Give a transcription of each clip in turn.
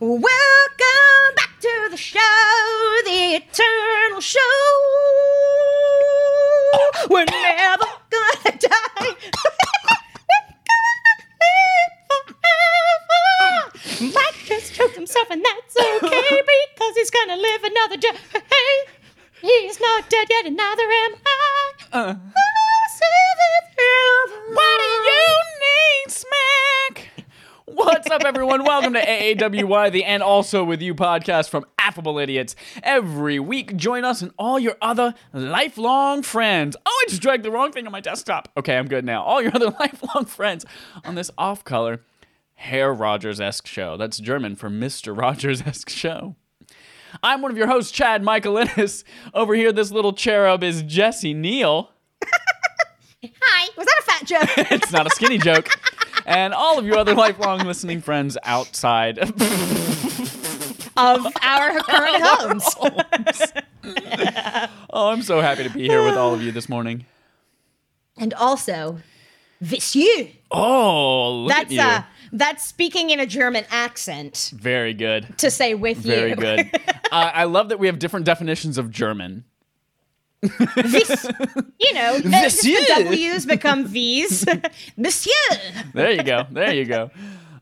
Welcome back to the show, the eternal show. We're never gonna die. We're gonna live forever. Mike just choked himself, and that's okay because he's gonna live another day. He's not dead yet, and neither am I. Uh. I'll save it through. What do you need, Smack? What's up, everyone? Welcome to AAWY, the And Also With You podcast from Affable Idiots. Every week, join us and all your other lifelong friends. Oh, I just dragged the wrong thing on my desktop. Okay, I'm good now. All your other lifelong friends on this off color, Herr Rogers esque show. That's German for Mr. Rogers esque show. I'm one of your hosts, Chad Michaelitis. Over here, this little cherub is Jesse Neal. Hi. Was that a fat joke? it's not a skinny joke. And all of you other lifelong listening friends outside. of our current homes. oh, I'm so happy to be here with all of you this morning. And also, vicieux. Oh, look at That's you. uh, that's speaking in a German accent Very good. to say with Very you. good. Uh, I I love that we have different definitions of German. Vic- you know, the- Vicieux. the W's become V's. monsieur. There you go. There you go.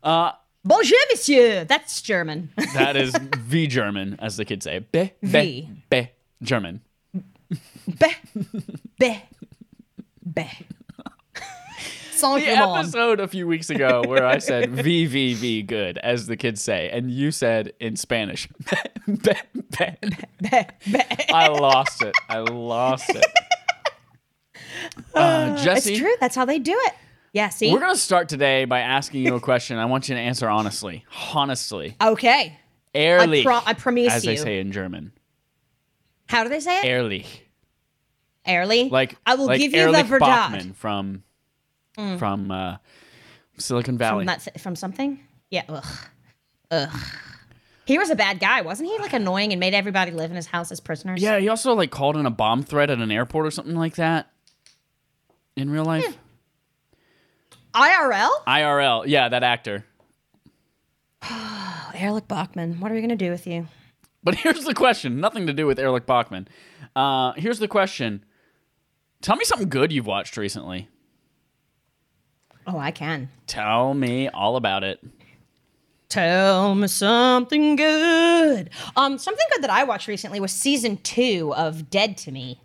Bonjour, monsieur. That's German. That is V German, as the kids say. Be, be, V. be German. Beh. Beh. Beh. Sans The episode a few weeks ago where I said V V V good, as the kids say, and you said in Spanish. Be, be, be. Beh. Beh. I lost it. I lost it. Uh, It's Jesse, true. That's how they do it. Yeah, see? we're going to start today by asking you a question. I want you to answer honestly. Honestly. okay. Ehrlich. pro- I promise As they you. say in German. How do they say it? Ehrlich. Early. Like I will like give you Ehrlich the verdad. Bachman from from uh, Silicon Valley. from that th- from something. Yeah. Ugh. Ugh. He was a bad guy, wasn't he? Like annoying and made everybody live in his house as prisoners. yeah, he also like called in a bomb threat at an airport or something like that. In real Hmm. life, IRL. IRL. Yeah, that actor. Oh, Ehrlich Bachman. What are we gonna do with you? But here's the question. Nothing to do with Erlich Bachman. Uh, here's the question. Tell me something good you've watched recently. Oh, I can. Tell me all about it. Tell me something good. Um, something good that I watched recently was season two of Dead to Me.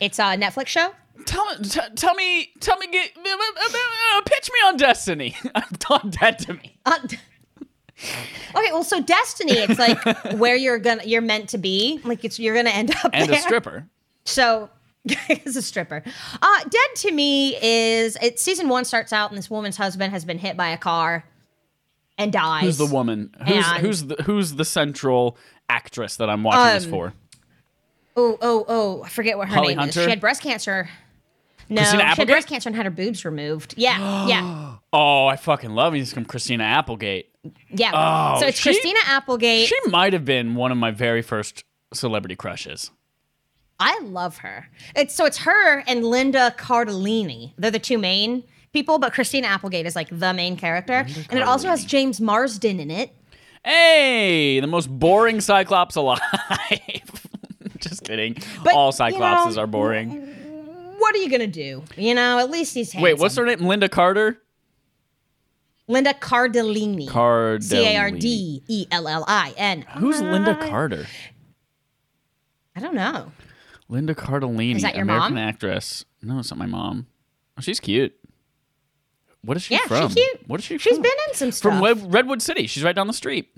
It's a Netflix show. Tell me. T- tell me. Tell me. Get, uh, uh, uh, uh, pitch me on Destiny. I'm done dead to me. Uh, d- okay, well, so Destiny, it's like where you're gonna you're meant to be. Like it's you're gonna end up And a there. stripper. So as a stripper. Uh, Dead to Me is it season one starts out and this woman's husband has been hit by a car and dies. Who's the woman? Who's And- who's the who's the central actress that I'm watching this Um, for? Oh, oh, oh, I forget what her Holly name Hunter? is. She had breast cancer. No, she Christina had Applegate? breast cancer and had her boobs removed. Yeah, yeah, Oh, I fucking love me some Christina Applegate. yeah. Oh, so it's she- Christina Applegate. She might have been one of my very first celebrity crushes. I love her. It's so it's her and Linda Cardellini. They're the two main people, but Christina Applegate is like the main character, and it also has James Marsden in it. Hey, the most boring Cyclops alive. Just kidding. But, All you Cyclopses know, are boring. What are you gonna do? You know, at least he's handsome. Wait, what's her name? Linda Carter? Linda Cardellini. Cardelli. C A R D Uh, E L L I N. Who's Linda Carter? I don't know. Linda Cardellini, Is that your American mom? actress. No, it's not my mom. Oh, she's cute. What is she Yeah, she's from? cute. What is she She's from? been in some stuff. from Wed- Redwood City. She's right down the street.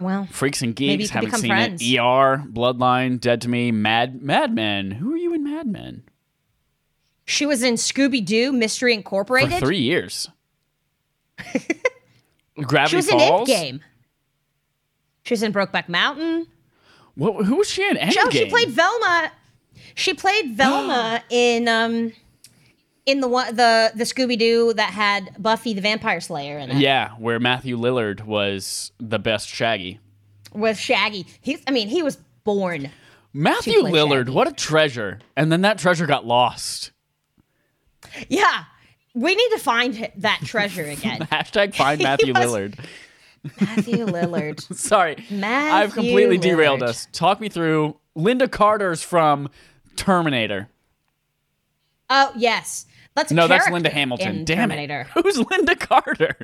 well, Freaks and Maybe you Geeks could haven't become seen friends. it. ER, Bloodline, Dead to Me, Mad Mad Men. Who are you in Mad Men? she was in Scooby Doo Mystery For Incorporated. three years. Gravity she was in It Falls. Game. She was in Brokeback Mountain. What, who was she in? Endgame. Oh, she played Velma. She played Velma in um in the one the the Scooby Doo that had Buffy the Vampire Slayer in it Yeah, where Matthew Lillard was the best Shaggy. with Shaggy. He's I mean he was born. Matthew played Lillard, Shaggy. what a treasure! And then that treasure got lost. Yeah. We need to find hi- that treasure again. Hashtag find Matthew was- Lillard. Matthew Lillard. Sorry. I've Matthew completely derailed Lillard. us. Talk me through Linda Carter's from Terminator. Oh yes, that's a No, that's character Linda Hamilton. in Damn Terminator. it. Who's Linda Carter?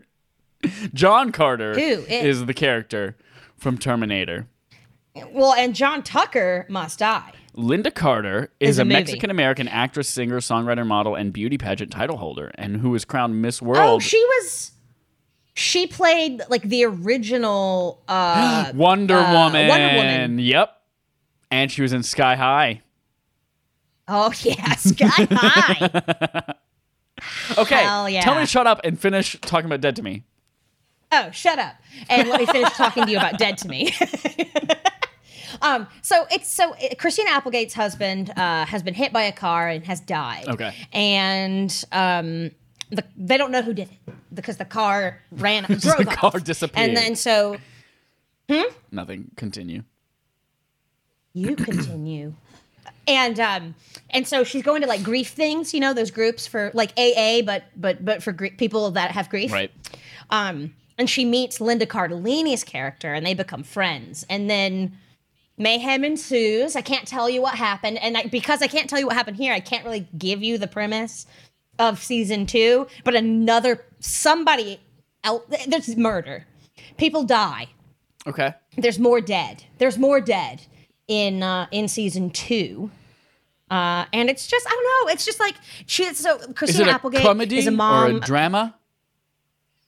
John Carter Who i- is the character from Terminator. Well, and John Tucker must die. Linda Carter is, a a movie. Mexican American actress, singer, songwriter, model, and beauty pageant title holder, and who was crowned Miss World. Oh, she was. She played like the original. uh Wonder, uh, Woman. Wonder Woman. Yep. And she was in Sky High. Oh yeah, Sky High. Okay. Hell Tell me yeah. to shut up and finish talking about Dead to Me. Oh, shut up. And let me finish talking to you about Dead to Me. um, so it's so it, Christina Applegate's husband uh, has been hit by a car and has died. Okay. And um, the, they don't know who did it because the car ran drove The off. car disappeared. And then so Nothing. Continue. you continue. And um, and so she's going to like grief things, you know, those groups for like AA, but but but for gr- people that have grief. Right. Um, and she meets Linda Cardellini's character, and they become friends. And then mayhem ensues. I can't tell you what happened, and I, because I can't tell you what happened here, I can't really give you the premise of season two. But another somebody else. There's murder. People die. Okay. There's more dead. There's more dead in uh, in season two. Uh, and it's just I don't know. It's just like she. So Is Christina it a Applegate comedy is a mom. or a drama?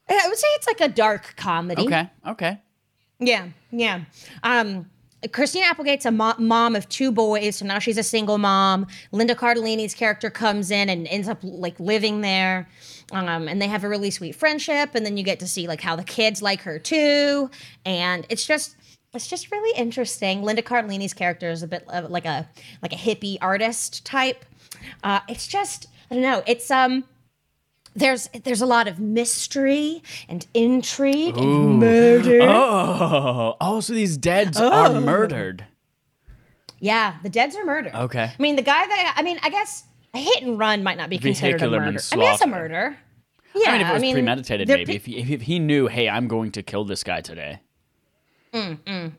I would say it's like a dark comedy. Okay. Okay. Yeah, yeah. Um, Christina Applegate's a mo- mom of two boys, so now she's a single mom. Linda Cardellini's character comes in and ends up like living there, um, and they have a really sweet friendship. And then you get to see like how the kids like her too, and it's just it's just really interesting. Linda Cardellini's character is a bit of like a like a hippie artist type. Uh, it's just I don't know. It's um. There's there's a lot of mystery and intrigue and murder. Oh. Oh, so these deads Oh. are murdered. Yeah, the deads are murder. Okay. I mean, the guy that I mean, I guess a hit and run might not be considered a Vehicular murder. I mean, that's a manslaughter. murder. Yeah, I mean, if it was premeditated, they're maybe. pe- if, he, if he knew, hey, I'm going to kill this guy today. uh,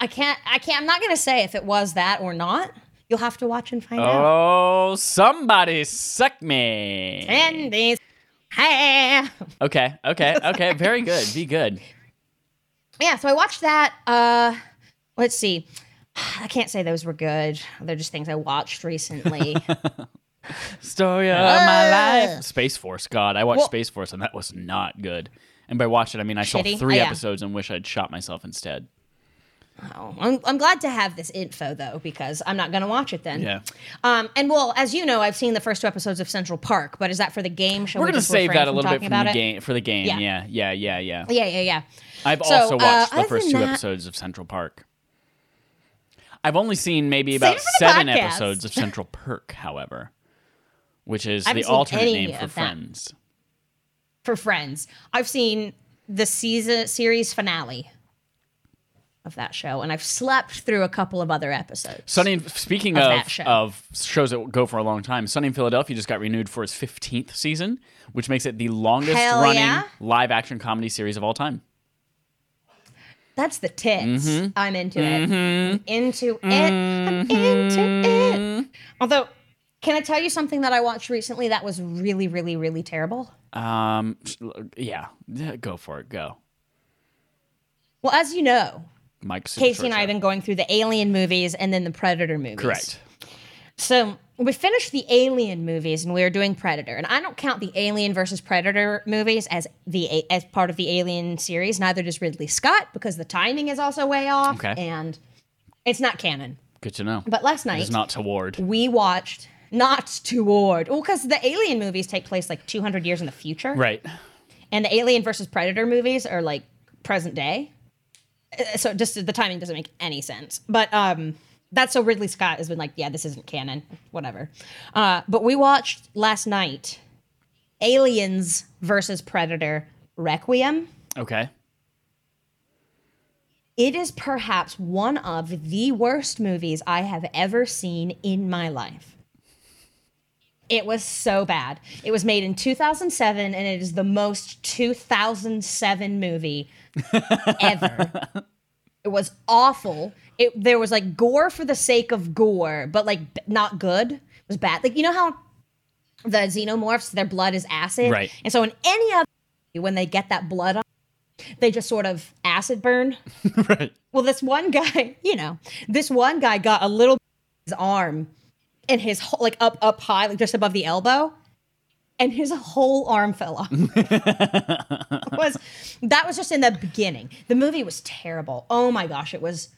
I can't. I can't. I'm not gonna say if it was that or not. You'll have to watch and find out. Oh, somebody suck me. And these. Hey. Okay, okay, okay. Very good. Be good. Yeah. So I watched that. Uh, let's see. I can't say those were good. They're just things I watched recently. Story of my Ugh. life. Space Force. God, I watched Eh. Well- Space Force and that was not good. And by watch it, I mean I saw Shitty? three Oh, yeah. episodes and wish I'd shot myself instead. Oh, I'm, I'm glad to have this info though because I'm not gonna watch it then. Yeah. Um, and well, as you know, I've seen the first two episodes of Central Park, but is that for the game? Shall We're we gonna just save refrain that a little bit talking from the about it? game for the game. Yeah. Yeah, yeah, yeah, yeah. Yeah, yeah, yeah. I've So, uh, also watched the other first than two that- episodes of Central Park. I've only seen maybe about it for the seven podcast. episodes of Central Perk, however, which is haven't the seen alternate any name for of that. Friends. For Friends, I've seen the season series finale of that show, and I've slept through a couple of other episodes. Sunny. in- Speaking Of of that show. of shows that go for a long time, Sunny in Philadelphia just got renewed for its fifteenth season, which makes it the longest Hell running yeah. live action comedy series of all time. That's the tits. Mm-hmm. I'm into it. I'm into it. I'm into Mm-hmm. it. Although, can I tell you something that I watched recently that was really, really, really terrible? Um, sh- l- yeah, Yeah, go for it, go. Well, as you know, Mike Super Casey Short and I Show. have been going through the Alien movies and then the Predator movies. correct. So we finished the Alien movies and we were doing Predator, and I don't count the Alien versus Predator movies as the as part of the Alien series. Neither does Ridley Scott because the timing is also way off, Okay. and it's not canon. Good to know. But last it's night not toward. we watched not toward well because the Alien movies take place like 200 years in the future, Right. and the Alien versus Predator movies are like present day. Uh, So just the timing doesn't make any sense. But um that's so Ridley Scott has been like, yeah, this isn't canon, whatever. Uh, but we watched last night Aliens versus Predator Requiem. Okay. It is perhaps one of the worst movies I have ever seen in my life. It was so bad. It was made in 2007, and it is the most 2007 movie ever. it was awful. It there was like gore for the sake of gore, but like b- not good. It was bad. Like you know how the xenomorphs, their blood is acid, Right. And so in any other movie, when they get that blood on, they just sort of acid burn. right. Well, this one guy, you know, this one guy got a little his arm and his whole, like up up high, like just above the elbow, and his whole arm fell off. was that was just in the beginning. The movie was terrible. Oh my gosh, it was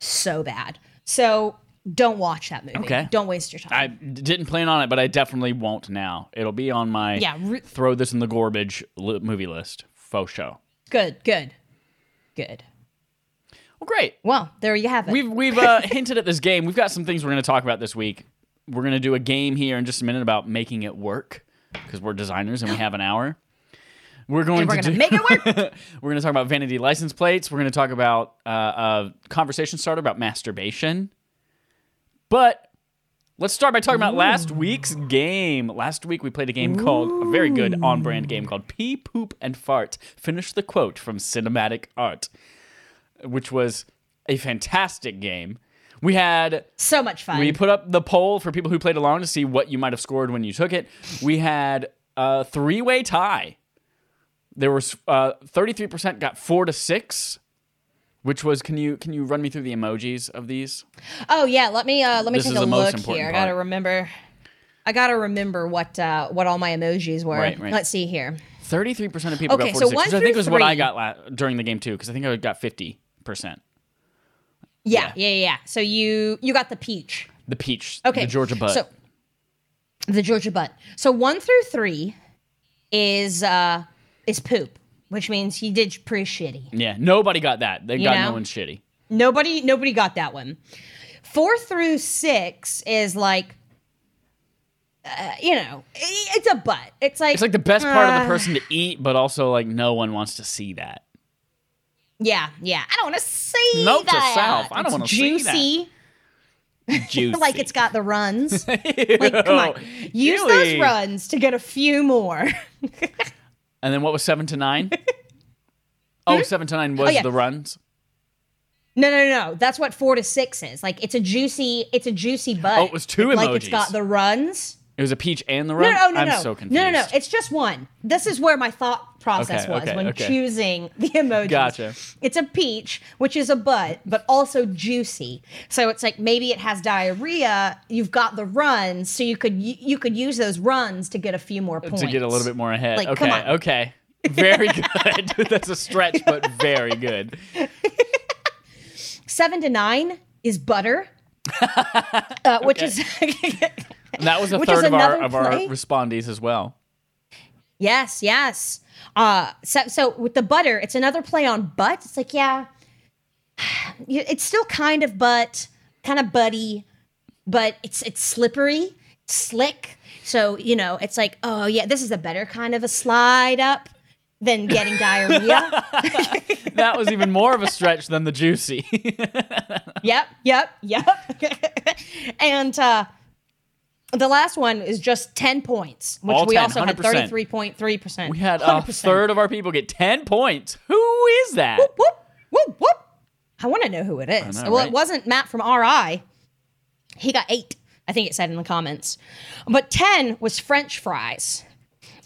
so bad. So don't watch that movie. Okay. Don't waste your I time. d- didn't plan on it, but I definitely won't now. It'll be on my Yeah, re- throw this in the garbage li- movie list. Faux show. good, good, good. Well, great. Well, there you have it. We've we've uh, hinted at this game. We've got some things we're going to talk about this week. We're going to do a game here in just a minute about making it work because we're designers and we have an hour. We're going and we're to gonna do, make it work. we're going to talk about vanity license plates. We're going to talk about uh, a conversation starter about masturbation. But let's start by talking about last week's game. Last week we played a game called a very good on brand game called Pee Poop and Fart. Finish the quote from cinematic art, which was a fantastic game. We had so much fun. we put up the poll for people who played along to see what you might have scored when you took it. We had a three-way tie. There was uh, 33% got four to six, which was can you can you run me through the emojis of these? Oh yeah, let me uh, let me This take is a the most look important here. I part. gotta remember. I gotta remember what uh, what all my emojis were. Right, right. Let's see here. 33% of people Okay, got so 4 to one 6, which I through think was what I three. got la- during the game too, because I think I got 50%. Yeah, yeah, yeah, yeah. So you you got the peach. The peach, Okay, the Georgia butt. So the Georgia butt. So one through three is uh is poop, which means he did pretty shitty. yeah, nobody got that. They got no know? one shitty. Nobody nobody got that one. Four through six is like. Uh, you know, i- it's a butt. It's like It's like the best part of uh, the person to eat, but also like no one wants to see that. Yeah, yeah. I don't want to see Nope to that. self. I don't It's wanna see juicy. that. Juicy. Like it's got the runs. like, come on. Use those Ew. runs to get a few more. And then what was seven to nine? oh, seven to nine was Hmm? yeah. the runs. No, no, no. That's what four to six is. Like it's a juicy, it's a juicy butt. Oh, it was two Like it's emojis. got the runs. It was a peach and the No, run. no, no, I'm no. so confused. No, no, no. It's just one. This is where my thought process Okay, was okay, when okay. choosing the emojis. Gotcha. It's a peach, which is a butt, but also juicy. So it's like maybe it has diarrhea. You've got the runs, so you could y- you could use those runs to get a few more points. to get a little bit more ahead. Like, okay, come on. okay. Very good. That's a stretch, but very good. Seven to nine is butter, uh, which is And that was a Which is third of our another of our play. respondees as well. Yes, yes. Uh, so, so with the butter, it's another play on butt. It's like, yeah, you- it's still kind of butt, kind of buddy, but it's it's slippery, slick. So you know, it's like, oh yeah, this is a better kind of a slide up than getting diarrhea. That was even more of a stretch than the juicy. yep, yep, yep. and uh, the last one is just ten points, which All we 10, also had 100%. thirty three point three percent. we had uh, a third of our people get ten points. Who is that? whoop, whoop, whoop. I want to know who it is. know, well, right? it wasn't Matt from RI. He got eight, I think it said in the comments. But 10 was French fries.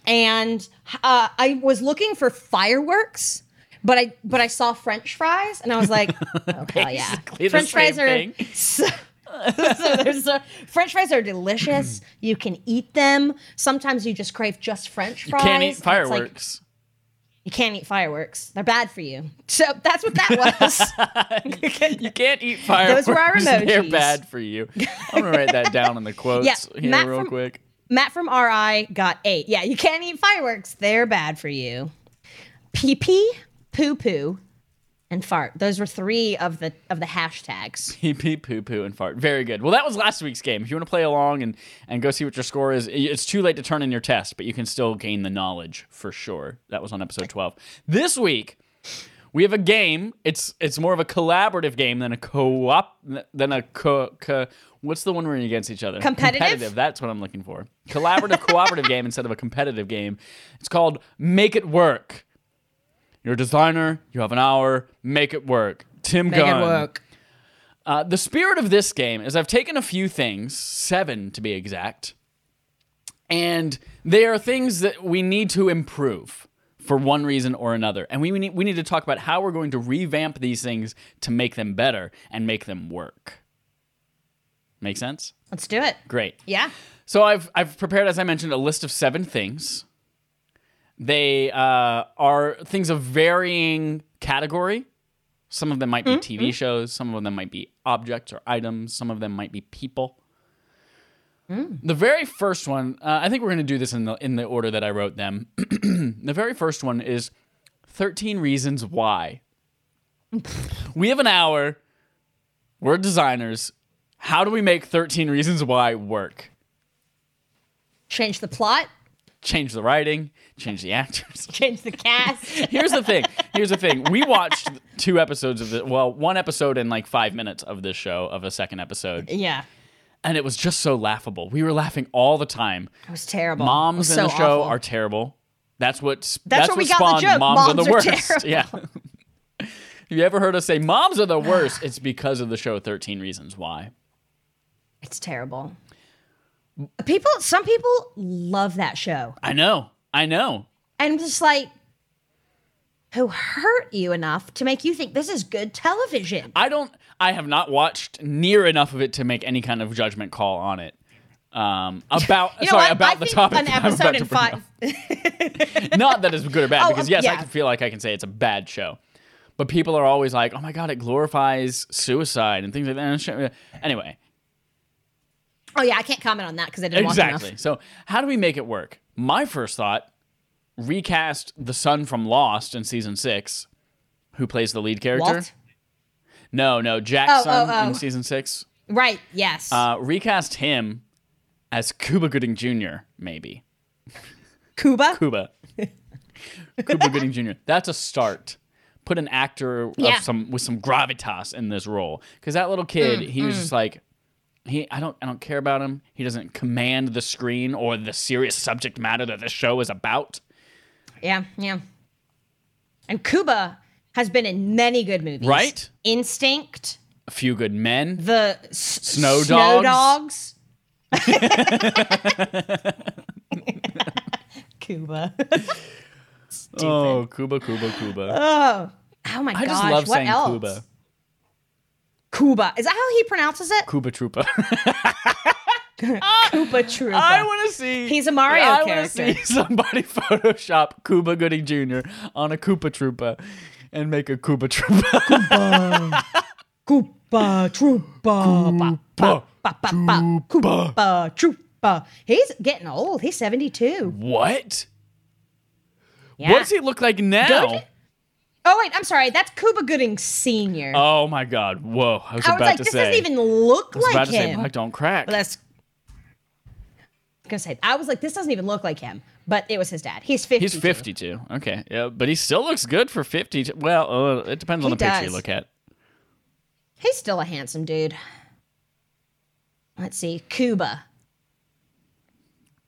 And uh, I was looking for fireworks. But I but I saw French fries and I was like, oh hell yeah! Basically the French fries same are thing. so, so they're so- French fries are delicious. You can eat them. Sometimes you just crave just French fries. Can't eat It's like, fireworks. you can't eat fireworks. They're bad for you. So that's what that was. you can't eat fireworks. were our They're emojis. bad for you. I'm gonna write that down in the quotes Yeah, here Matt real from- quick. Matt from RI got eight. Yeah, you can't eat fireworks. They're bad for you. Pee pee, poo poo, and fart. Those were three of the of the hashtags. Pee pee poo poo and fart. Very good. Well, that was last week's game. If you want to play along and and go see what your score is, i- it's too late to turn in your test, but you can still gain the knowledge for sure. That was on episode 12. This week. We have a game. It's it's more of a collaborative game than a co-op than a co. co what's the one where you're against each other? Competitive? That's what I'm looking for. Collaborative cooperative game instead of a competitive game. It's called Make It Work. You're a designer. You have an hour. Make it work. Tim Make Gunn. it work. Uh, the spirit of this game is I've taken a few things, seven to be exact, and they are things that we need to improve for one reason or another. And we we need, we need to talk about how we're going to revamp these things to make them better and make them work. Make sense? Let's do it. Great. Yeah. So I've I've prepared, as I mentioned, a list of seven things. They uh, are things of varying category. Some of them might be TV shows. Some of them might be objects or items. Some of them might be people. The very first one, uh, I think we're going to do this in the in the order that I wrote them. the very first one is thirteen reasons why. we have an hour. We're designers. How do we make thirteen reasons why work? Change the plot. change the writing, change the actors. Change the cast. Here's the thing. Here's the thing. We watched two episodes of the well, one episode in like five minutes of this show of a second episode, yeah. and it was just so laughable. We were laughing all the time. It was terrible. It Moms was in so the show awful. are terrible. That's what that's, That's that's where what we got the spawned joke. moms, are Moms the are worst. terrible. yeah. Have you ever heard us say moms are the worst? It's because of the show 13 Reasons Why. It's terrible. People, some people love that show. I know. I know. And I'm just like, who hurt you enough to make you think this is good television? I don't. I have not watched near enough of it to make any kind of judgment call on it. Um, about You know sorry what? about I the think topic. An that I'm about episode to in bring five. up. Not that it's good or bad, Oh, because um, yes, I yeah. can feel like I can say it's a bad show. But people are always like, "Oh my god, it glorifies suicide and things like that." Anyway, Oh yeah, I can't comment on that because I didn't watch exactly. enough. So, how do we make it work? My first thought: recast the son from Lost in season six, who plays the lead character. Walt? No, no, Oh, oh, Jackson oh. in season six. Right? Yes. Uh, recast him as Cuba Gooding Jr. Maybe Cuba. Cuba, Cuba Gooding Jr. That's a start. Put an actor Yeah. of some with some gravitas in this role because that little kid, he was just like, he I don't I don't care about him. He doesn't command the screen or the serious subject matter that the show is about. Yeah, yeah. And Cuba has been in many good movies. Right? Instinct. A few good men. The s- snow, Snow snow Dogs. dogs. Cuba. Oh, Cuba, Cuba, Cuba. Oh my gosh! I just love what saying else? Cuba. Cuba. Is that how he pronounces it? Cuba Troopa. Cuba Troopa. I want to see. He's a Mario I wanna character. see somebody Photoshop Cuba Gooding Jr. on a Koopa Troopa and make a Koopa Troopa. Koopa Troopa. Koopa Ba, ba, ba. Troopa. Koopa Troopa. He's getting old. He's 72. What? Yeah. What does he look like now? Good. Oh, wait. I'm sorry. That's Cuba Gooding Sr. Oh my God! Whoa! I was I about was like, to this say. doesn't even look I was like about to say, him. Black don't crack. That's. I was gonna say, I was like, this doesn't even look like him, but it was his dad. He's 50. He's 52. Okay. Yeah, but he still looks good for 50. Well, uh, it depends on He the picture you does. look at. He's still a handsome dude. Let's see, Cuba.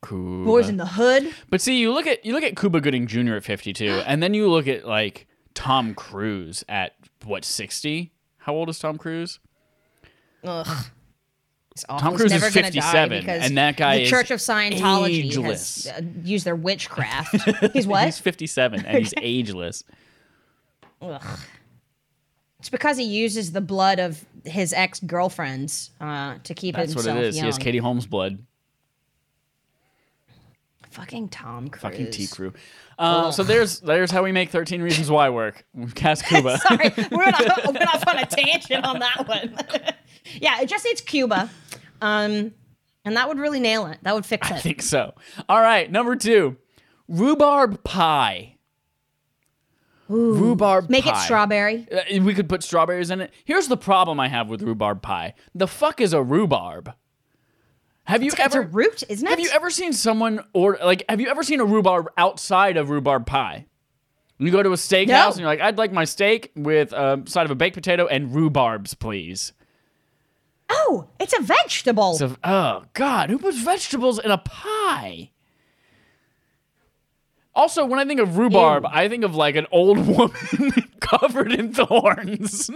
Cool. Boys in the Hood. But see, you look at you look at Cuba Gooding Jr. at 52, and then you look at like Tom Cruise at what 60? How old is Tom Cruise? Ugh. It's awful. Tom He's Cruise is never gonna die 57, because and that guy the is Church of Scientology ageless. has uh, used their witchcraft. He's what? He's 57 and he's ageless. Ugh. It's because he uses the blood of his ex girlfriends uh, to keep That's what himself it is. He young. has Katie Holmes blood. Fucking Tom Cruise. Fucking T crew. Uh, so there's there's how we make 13 Reasons Why work. We've cast Cuba. Sorry, we're not, we're not on a tangent on that one. yeah, it just needs Cuba, um, and that would really nail it. That would fix I it. think so. All right, number two, rhubarb pie. rhubarb Make it pie. strawberry. Uh, we could put strawberries in it. Here's the problem I have with rhubarb pie. The fuck is a rhubarb? Have you it's a ever root, isn't it? have you ever seen someone or like have you ever seen a rhubarb outside of rhubarb pie? You go to a steakhouse No. and you're like, I'd like my steak with a side of a baked potato and rhubarbs, please. Oh, it's a vegetable. So, oh God, who puts vegetables in a pie? Also, when I think of rhubarb, Ew. I think of like an old woman covered in thorns.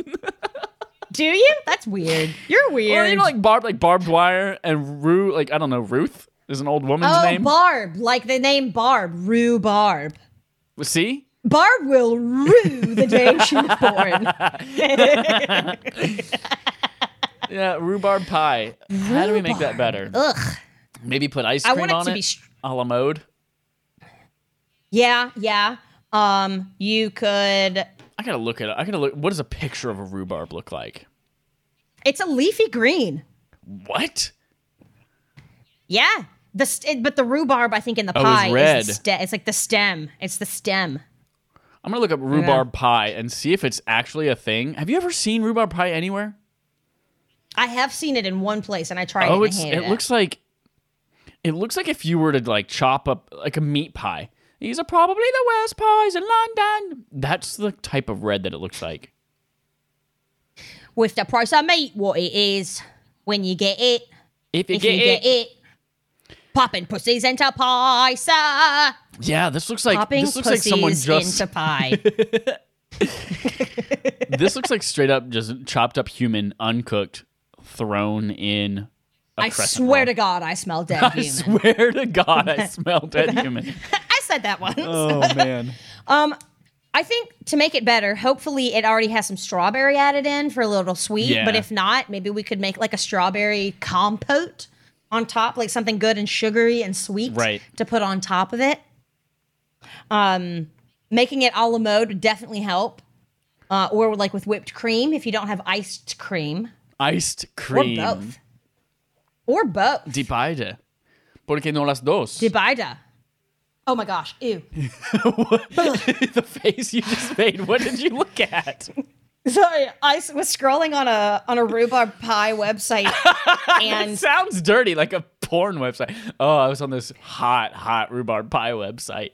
Do you? That's weird. You're weird. Or you know, like barb, like barbed wire, and Rue, like I don't know, Ruth is an old woman's oh, name. Barb, like the name Barb, Rue Barb. See, Barb will rue the day she was born. yeah, rhubarb pie. How do we make that better? Ugh. Maybe put ice I cream want it on to it, be. Str- a la mode. yeah, yeah. Um, you could. I gotta look at it. I gotta look. What does a picture of a rhubarb look like? It's a leafy green. What? Yeah. The st- but the rhubarb I think in the Oh, it's pie red. is the ste- it's like the stem. It's the stem. I'm gonna look up rhubarb pie and see if it's actually a thing. Have you ever seen rhubarb pie anywhere? I have seen it in one place and I tried Oh, it. And it's I hated it looks like it looks like if you were to like chop up like a meat pie. These are probably the worst pies in London. That's the type of red that it looks like. with the price of meat what it is when you get it. If you If get, you it, get it. Popping pussies into pie, sir. yeah, this looks like Popping this looks like pussies someone just into pie. this looks like straight up just chopped up human, uncooked, thrown in. a I crescent swear roll. to God, I smell dead I human. swear to God, I smell dead human. I said that once. Oh man. I think to make it better, hopefully it already has some strawberry added in for a little sweet. Yeah. But if not, maybe we could make like a strawberry compote on top, like something good and sugary and sweet Right. to put on top of it. Um, making it a la mode would definitely help. Uh, or like with whipped cream if you don't have iced cream Iced or cream. both. Or both. Divide. Porque no las dos. Dibida. Oh my gosh. Ew. the face you just made. What did you look at? Sorry, I s- was scrolling on a on a rhubarb pie website, and Sounds dirty, like a porn website. Oh, I was on this hot, hot rhubarb pie website.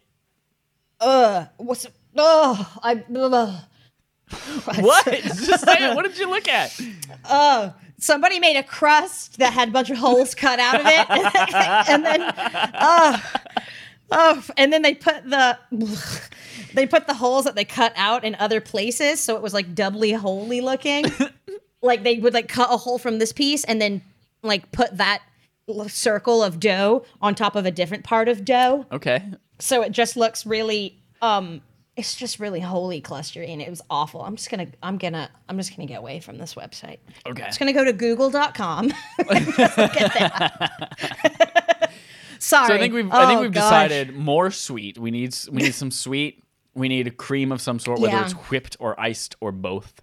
uh, what's oh, I ugh. What? just say it. What did you look at? somebody made a crust that had a bunch of holes cut out of it, and then oh, oh, and then they put the. They put the holes that they cut out in other places, so it was like doubly holy looking. like they would like cut a hole from this piece and then like put that l- circle of dough on top of a different part of dough. Okay. so it just looks really um it's just really holy clustery and it was awful i'm just gonna i'm gonna i'm just gonna get away from this website i'm Okay. just gonna go to google.com and just look at that. sorry So I think we've I think Oh, we've gosh. decided more sweet. We need s- we need some sweet. We need a cream of some sort, whether Yeah. it's whipped or iced or both.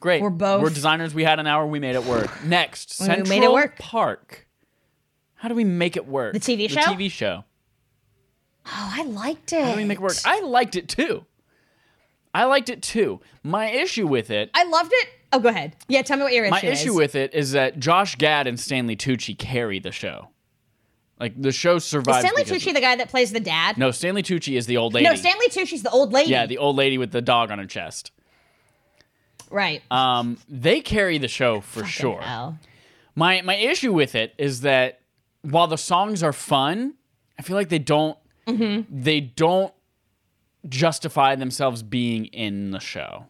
Great. Or both. We're designers. We had an hour. We made it work. Next, made Central it work. Park. How do we make it work? The TV the show? TV show. oh i liked it How do we make it work? I liked it too. I liked it too. My issue with it i loved it oh go ahead yeah tell me what your My issue, issue is with it is that Josh Gad and Stanley Tucci carry the show. Like the show is survives. stanley because- tucci the guy that plays the dad No, Stanley Tucci is the old lady. No, stanley tucci's the old lady yeah, the old lady with the dog on her chest. right Um, they carry the show for sure. Hell. My my issue with it is that while the songs are fun, I feel like they don't they don't justify themselves being in the show.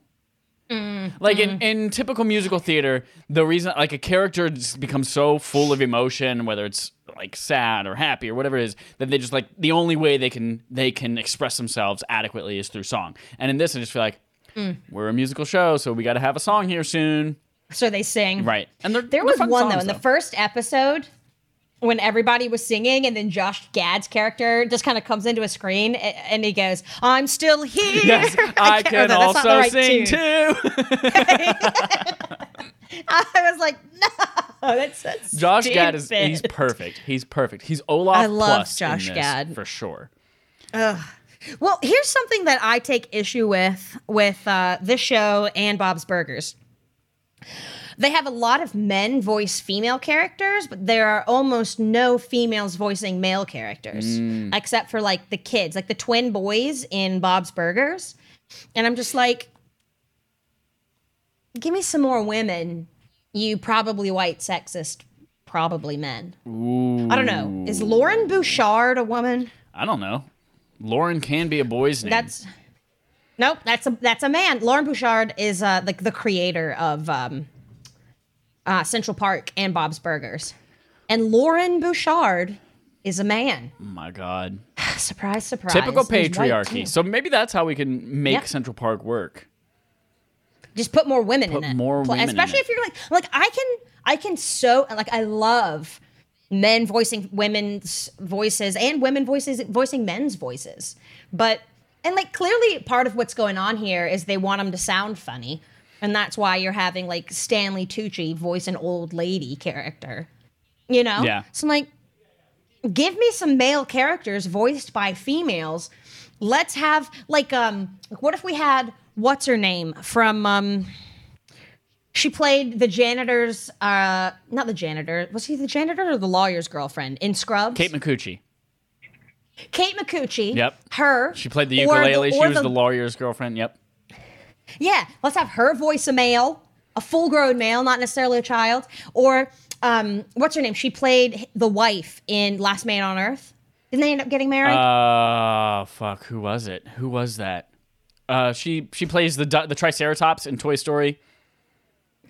Like in, in typical musical theater, the reason like a character just becomes so full of emotion, whether it's like sad or happy or whatever it is, that they just like the only way they can they can express themselves adequately is through song. And in this, I just feel like we're a musical show, so we got to have a song here soon, so they sing right? And they're, There was they're fun one though songs, in the first episode when everybody was singing, and then Josh Gad's character just kind of comes into a screen a- and he goes, "I'm still here." Yes, I, can't can remember. That's not the also right sing tune. too. I was like, "No, that's, that's Josh stupid. Gad is he's perfect. He's perfect. He's Olaf I love plus in Josh this, Gad. for sure. Well, here's something that I take issue with with uh, this show and Bob's Burgers. They have a lot of men voice female characters, but there are almost no females voicing male characters, except for like the kids, like the twin boys in Bob's Burgers. And I'm just like, give me some more women, you probably white sexist, probably men. I don't know. Is Lauren Bouchard a woman? I don't know. Lauren can be a boy's name. That's nope. That's a that's a man. Lauren Bouchard is uh like the creator of um uh Central Park and Bob's Burgers, and Lauren Bouchard is a man. oh my God. Surprise, surprise. Typical He's white, patriarchy. too. So maybe that's how we can make Yeah. Central Park work. Just put more women Put in it. more Pl- women in especially it. if you're like like I can I can so like I love men voicing women's voices and women voices voicing men's voices, but and like clearly part of what's going on here is they want them to sound funny, and that's why you're having like Stanley Tucci voice an old lady character, you know? Yeah. So I'm like, give me some male characters voiced by females. Let's have like um like what if we had what's her name from um she played the janitor's uh not the janitor was he the janitor or the lawyer's girlfriend in Scrubs Kate McCucci. Kate McCucci Yep. her She played the or ukulele. or she was the, lawyer's girlfriend. Yep. yeah, let's have her voice a male, a full grown male, not necessarily a child. Or um, what's her name? She played the wife in Last Man on Earth. Didn't they end up getting married? Uh, fuck. Who was it? Who was that? Uh, she she plays the di- the Triceratops in Toy Story.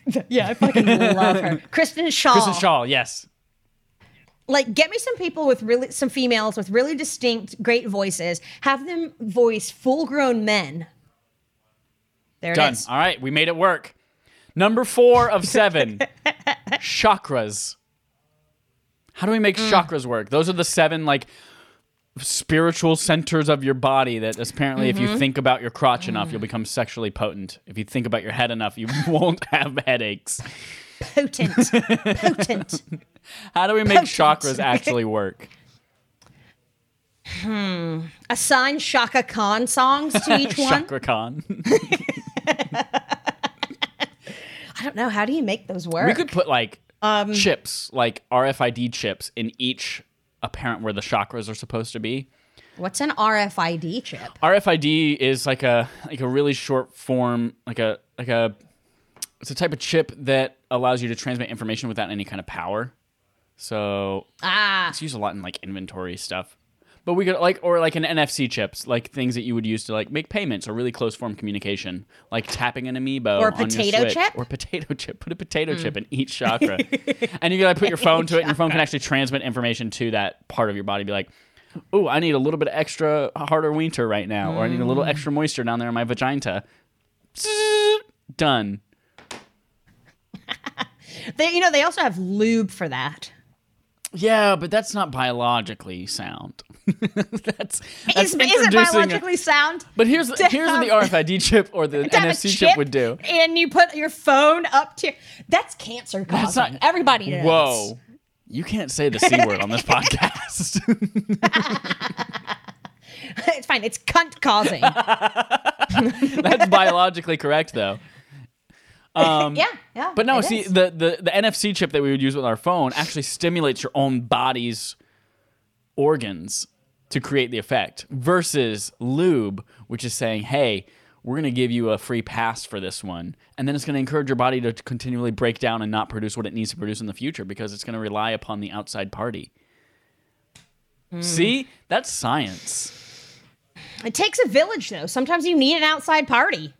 yeah, I fucking love her. Kristen Shaw. Kristen Shaw. Yes. Like, get me some people with really some females with really distinct, great voices. Have them voice full grown men. There Done. it is. All right. We made it work. Number four of seven. chakras. How do we Hmm. make chakras work? Those are the seven like spiritual centers of your body that apparently if Mm-hmm. you think about your crotch enough Mm. you'll become sexually potent. If you think about your head enough you won't have headaches. Potent. Potent. How do we make Potent. chakras actually work? Assign Shaka Khan songs to each one. Chakra con. I don't know. How do you make those work? Um, We could put like chips, like RFID chips in each apparent where the chakras are supposed to be. What's an RFID chip? RFID is like a like a really short form, like a like a it's a type of chip that allows you to transmit information without any kind of power. So Ah, it's used a lot in like inventory stuff. But we could like or like an NFC chips, like things that you would use to like make payments or really close form communication, like tapping an amiibo Or a on your potato Switch. chip? or potato chip. Put a potato chip in each chakra, and you gotta put your phone to it, and your phone can actually transmit information to that part of your body. Be like, "Ooh, I need a little bit of extra harder winter right now, or I need a little extra moisture down there in my vagina." Done. They, you know, they also have lube for that. Yeah, but that's not biologically sound. that's, that's Is, is it introducing a- biologically sound? But here's to here's what the have- RFID chip or the To have a NFC chip would do. And you put your phone up to that's cancer causing. That's not- Everybody knows. Whoa. You can't say the C word on this podcast. it's fine. It's cunt causing. That's biologically correct though. yeah, yeah. Mm-hmm. But no, it see is. the, the the NFC chip that we would use with our phone actually stimulates your own body's organs to create the effect versus lube, which is saying, "Hey, we're going to give you a free pass for this one." And then it's going to encourage your body to continually break down and not produce what it needs to produce in the future because it's going to rely upon the outside party. Hmm. See? That's science. it takes a village though. Sometimes you need an outside party.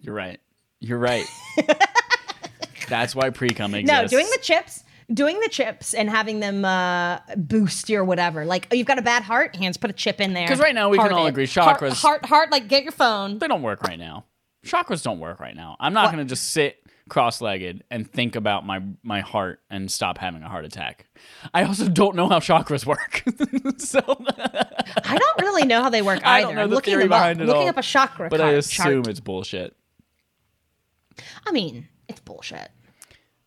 You're right. You're right. That's why pre-cum exists. No, doing the chips, doing the chips, and having them uh, boost your whatever. Like oh, you've got a bad heart, hands put a chip in there. 'Cause right now we can Heart all it. agree Heart- chakras- Heart, heart, like get your phone. they don't work right now. Chakras don't work right now. I'm not going to just sit cross-legged and think about my my heart and stop having a heart attack. I also don't know how chakras work. so I don't really know how they work either. I don't know am the looking theory them up, behind it looking all, up a chakra but I card, assume chart. it's bullshit. I mean, it's bullshit.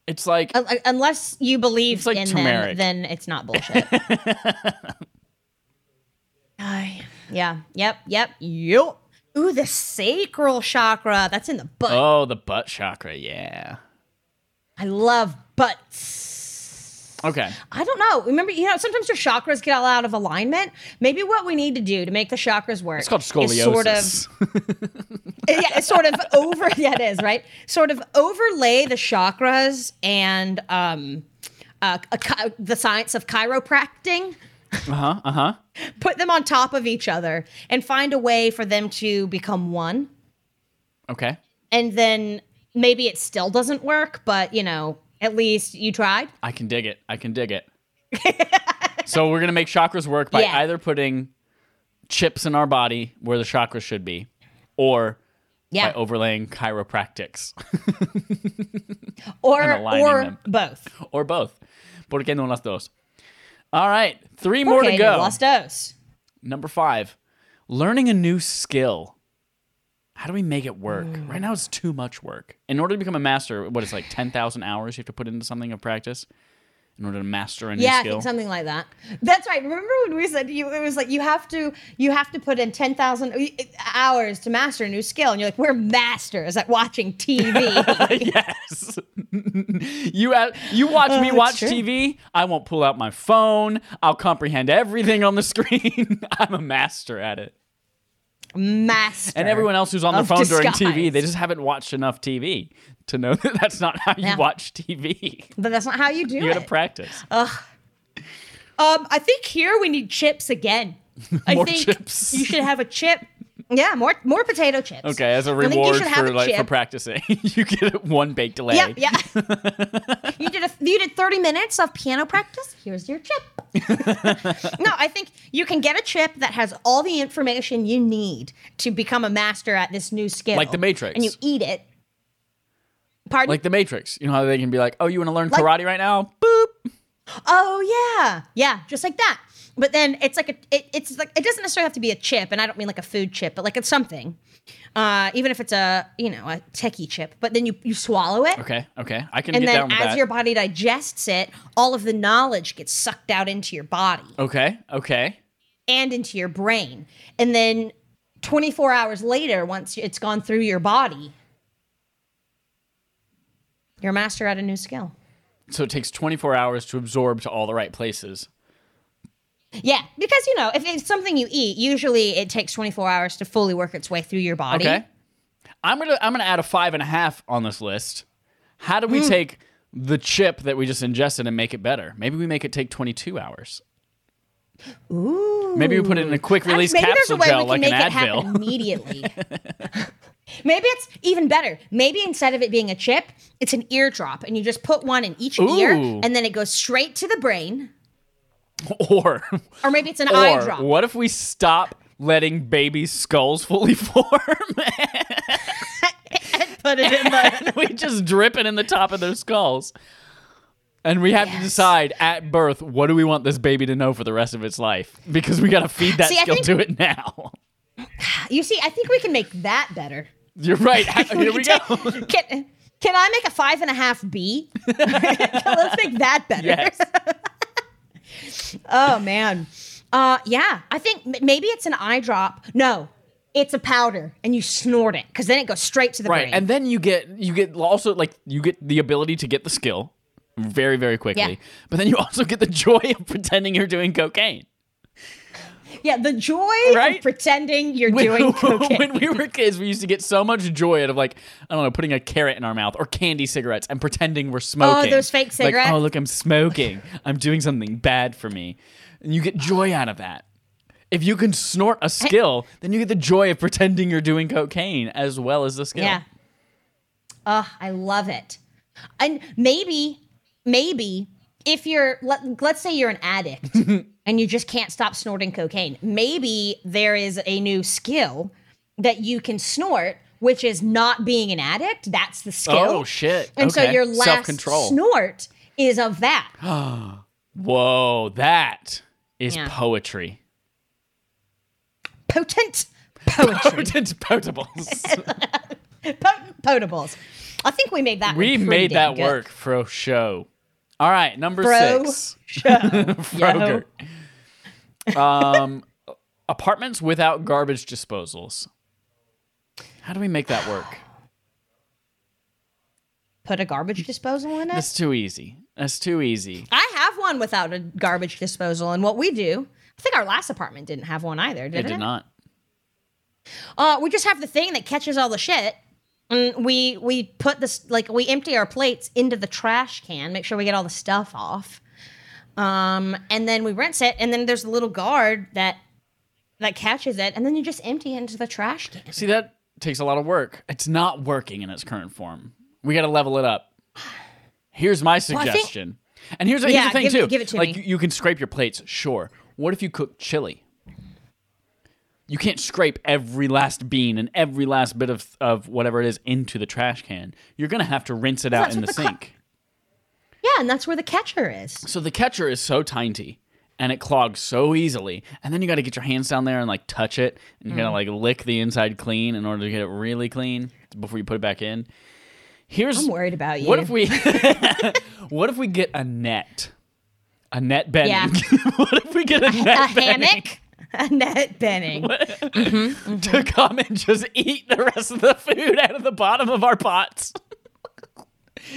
It's like Un- un- Uh, Unless you believe like in turmeric. them, then it's not bullshit. Ay, yeah. Yep. Yep. Yep. Ooh, the sacral chakra. That's in the butt. oh, the butt chakra, yeah. I love butts. Okay. I don't know. Remember, you know, sometimes your chakras get all out of alignment. Maybe what we need to do to make the chakras work It's called is sort of scoliosis. yeah, it's sort of over. Yeah, it is right. Sort of overlay the chakras and um, uh, a chi- the science of chiropractic. Uh-huh, Uh huh. Uh huh. Put them on top of each other and find a way for them to become one. okay. And then maybe it still doesn't work, but you know, at least you tried. I can dig it. I can dig it. so we're gonna make chakras work by Yeah. either putting chips in our body where the chakras should be, or Yeah, by overlaying chiropractics, or aligning or them. both. or both. Por qué no las dos? All right, three more okay, to go. you lost us. Number five, learning a new skill. How do we make it work? Hmm. Right now, it's too much work. In order to become a master, what is it, like ten thousand hours you have to put into something of practice in order to master a new yeah, I skill. think something like that. That's right. Remember when we said you? It was like you have to you have to put in ten thousand uh, hours to master a new skill, and you're like, we're masters at watching TV. yes. you a- you watch me it's watch Oh, true. TV. I won't pull out my phone. I'll comprehend everything on the screen. I'm a master at it. master. And everyone else who's on their Of phone during TV, disguise. they just haven't watched enough TV to know that that's not how you Yeah. watch TV. but that's not how you do you got to it. practice. um, I think here we need chips again. I More think chips. You should have a chip. Yeah, more more potato chips. okay, as a I think you reward should have for a like for chip. practicing, you get one baked delay. Yeah, yeah. you did a, you did 30 minutes of piano practice. Here's your chip. no, I think you can get a chip that has all the information you need to become a master at this new skill. Like the Matrix. And you eat it. Pardon? Like the Matrix. You know how they can be like, "Oh, you want to learn Like- karate right now?" Boop. oh yeah. Yeah, just like that. But then it's like a it, it's like it doesn't necessarily have to be a chip, and I don't mean like a food chip, but like it's something. Uh, even if it's a you know a techie chip, but then you you swallow it, Okay, okay. I can and get then down with as that. your body digests it all of the knowledge gets sucked out into your body okay, okay. and into your brain and then 24 hours later once it's gone through your body you're a master at a new skill So it takes 24 hours to absorb to all the right places. yeah because you know if it's something you eat usually it takes 24 hours to fully work its way through your body Okay. I'm gonna I'm gonna add a five and a half on this list. How do we Hmm. take the chip that we just ingested and make it better? Maybe we make it take 22 hours. Ooh. Maybe we put it in a quick release Hmm. Maybe there's a capsule way gel we like can an make it happen Advil. immediately. Maybe it's even better. Maybe instead of it being a chip, it's an eardrop, and you just put one in each ear, Ooh. and then it goes straight to the brain. or Or maybe it's an eye or drop. what if we stop letting baby skulls fully form Put it in the. and we just drip it in the top of their skulls? And we have to Yes. decide at birth what do we want this baby to know for the rest of its life because we got to feed that See, I skill think- to it now. You see, I think we can make that better. You're right. Here we go. can take- Can, can I make a five and a half B? Let's make that better. Yes. Oh man. Uh, yeah. I think m- maybe it's an eye drop. No, it's a powder, and you snort it because then it goes straight to the Right. brain. And then you get you get also like you get the ability to get the skill very very quickly. Yeah. But then you also get the joy of pretending you're doing cocaine. yeah, the joy Right? of pretending you're doing cocaine. when we were kids, we used to get so much joy out of like I don't know, putting a carrot in our mouth or candy cigarettes and pretending we're smoking. those fake Like, cigarettes? oh look, I'm smoking. I'm doing something bad for me. And you get joy out of that. If you can snort a skill, then you get the joy of pretending you're doing cocaine as well as the skill. Yeah. Oh, I love it. And maybe, maybe if you're let, let's say you're an addict and you just can't stop snorting cocaine, maybe there is a new skill that you can snort, which is not being an addict. That's the skill. Oh shit. And so Okay. your last Self-control. snort is of that. Whoa, that is Yeah. poetry. Potent poetry. Potent potables. Potent potables. I think we made that. we one pretty made damn that good. work for show. All right, number Bro. six. Yo. Froger. Um, apartments without garbage disposals. How do we make that work? put a garbage disposal in it. That's too easy. That's too easy. I have one without a garbage disposal. And what we do, I think our last apartment didn't have one either, did It it? did not. Uh, we just have the thing that catches all the shit. And we we put this like we empty our plates into the trash can, make sure we get all the stuff off. Um, and then we rinse it, and then there's a little guard that that catches it, and then you just empty it into the trash can. See, that takes a lot of work. It's not working in its current form. We got to level it up. Here's my I think- suggestion. and here's, here's Yeah, the thing, give- too. give it to like, me. you- you can scrape your plates, sure. What if you cook chili? You can't scrape every last bean and every last bit of, of whatever it is into the trash can. You're going to have to rinse it out that's in the what the sink. cl- Yeah, and that's where the catcher is. So the catcher is so tiny and it clogs so easily. And then you got to get your hands down there and like touch it and Mm. you got to like lick the inside clean in order to get it really clean before you put it back in. Here's I'm worried about you. What if we What if we get a net? A net bedding. Yeah. what if we get a net a bedding hammock? Annette Benning. to Mm-hmm. come and just eat the rest of the food out of the bottom of our pots?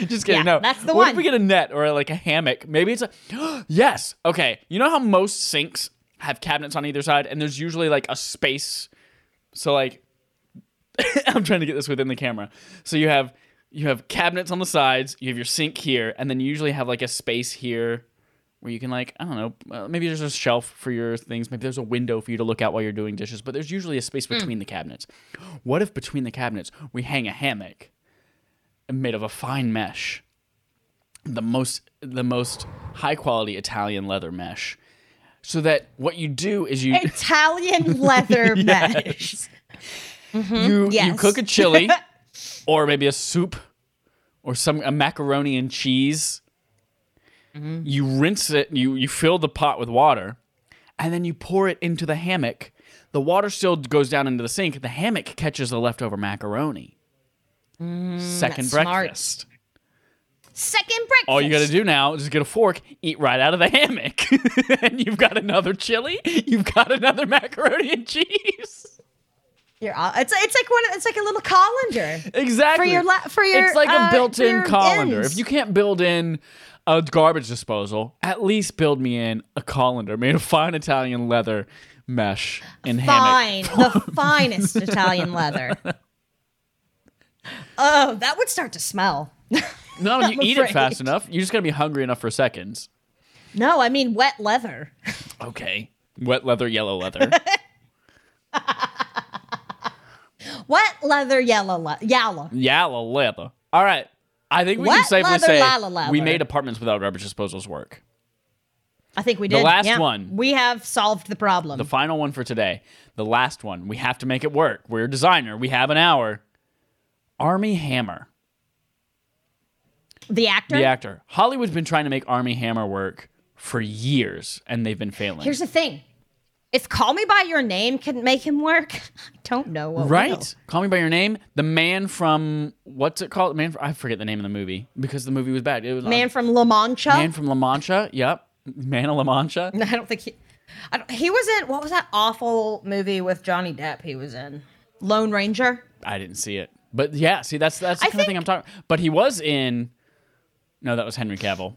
just kidding. Yeah, no, that's the what one. if we get a net or like a hammock? Maybe it's a yes. Okay, you know how most sinks have cabinets on either side, and there's usually like a space. So like, I'm trying to get this within the camera. So you have you have cabinets on the sides. You have your sink here, and then you usually have like a space here. Where you can like I don't know uh, maybe there's a shelf for your things maybe there's a window for you to look out while you're doing dishes but there's usually a space between the cabinets. What if between the cabinets we hang a hammock made of a fine mesh, the most the most high quality Italian leather mesh, so that what you do is you Italian leather mesh. you you yes. cook a chili, or maybe a soup, or some a macaroni and cheese. Mm-hmm. You rinse it. You you fill the pot with water, and then you pour it into the hammock. The water still goes down into the sink. The hammock catches the leftover macaroni. Second Mm, that's smart. breakfast. Second breakfast. All you got to do now is get a fork, eat right out of the hammock, and you've got another chili. You've got another macaroni and cheese. You're all, it's it's like one. It's like a little colander. Exactly. For your la- for your, it's like uh, a built-in for your colander. ends. If you can't build in a garbage disposal, at least build me in a colander made of fine Italian leather mesh and hammock. Fine, the finest Italian leather. Oh, that would start to smell. No, you I'm eat it afraid. fast enough. You just gotta be hungry enough for seconds. No, I mean wet leather. Okay. Wet leather, yellow leather. Wet leather, yellow, le- yellow. Yalla leather. All right. I think we can Wet safely leather, say lala leather. we made apartments without garbage disposals work. I think we did. last yeah. one. We have solved the problem. The final one for today, the last one. We have to make it work. We're a designer. We have an hour. Army Hammer, the actor. the actor. Hollywood's been trying to make Army Hammer work for years, and they've been failing. Here's the thing. If Call Me By Your Name can make him work, I don't know what will. right? Call Me by Your Name. The man from what's it called? Man, from, I forget the name of the movie because the movie was bad. It was uh, Man from La Mancha. Man from La Mancha. Yep, Man of La Mancha. I don't think he. I don't, he was in what was that awful movie with Johnny Depp? He was in Lone Ranger. I didn't see it. But yeah, see that's that's the I kind of thing I'm talking. But he was in. No, that was Henry Cavill.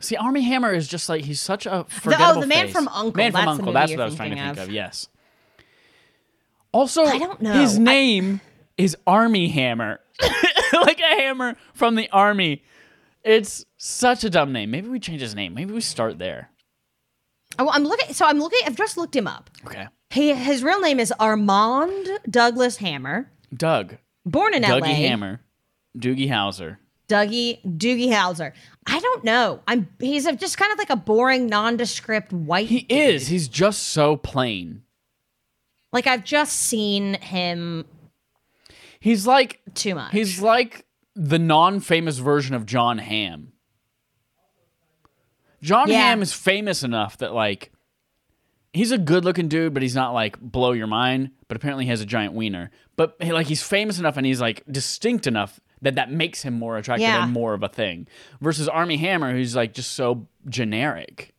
See, Army Hammer is just like he's such a forgettable the Man face. from U.N.C.L.E., Man that's from the Uncle. movie That's you're what I was trying to thinking think of. of. Yes. Also, I don't know. His I- name is Army Hammer, like a hammer from the army. It's such a dumb name. Maybe we change his name. Maybe we start there. Oh, I'm looking. So I'm looking. I've just looked him up. Okay. He his real name is Armand Douglas Hammer. Doug. Born in Dougie L.A. Hammer. Doogie Howser. Dougie Doogie Howser. I don't know. I'm. He's a, just kind of like a boring, nondescript white. He is. He's just so plain. like I've just seen him He's like too much. He's like the non-famous version of John Hamm. John Yeah. Hamm is famous enough that like he's a good-looking dude, but he's not like blow your mind. But apparently, he has a giant wiener. But he, like he's famous enough and he's like distinct enough that that makes him more attractive Yeah. and more of a thing. Versus Army Hammer, who's like just so generic.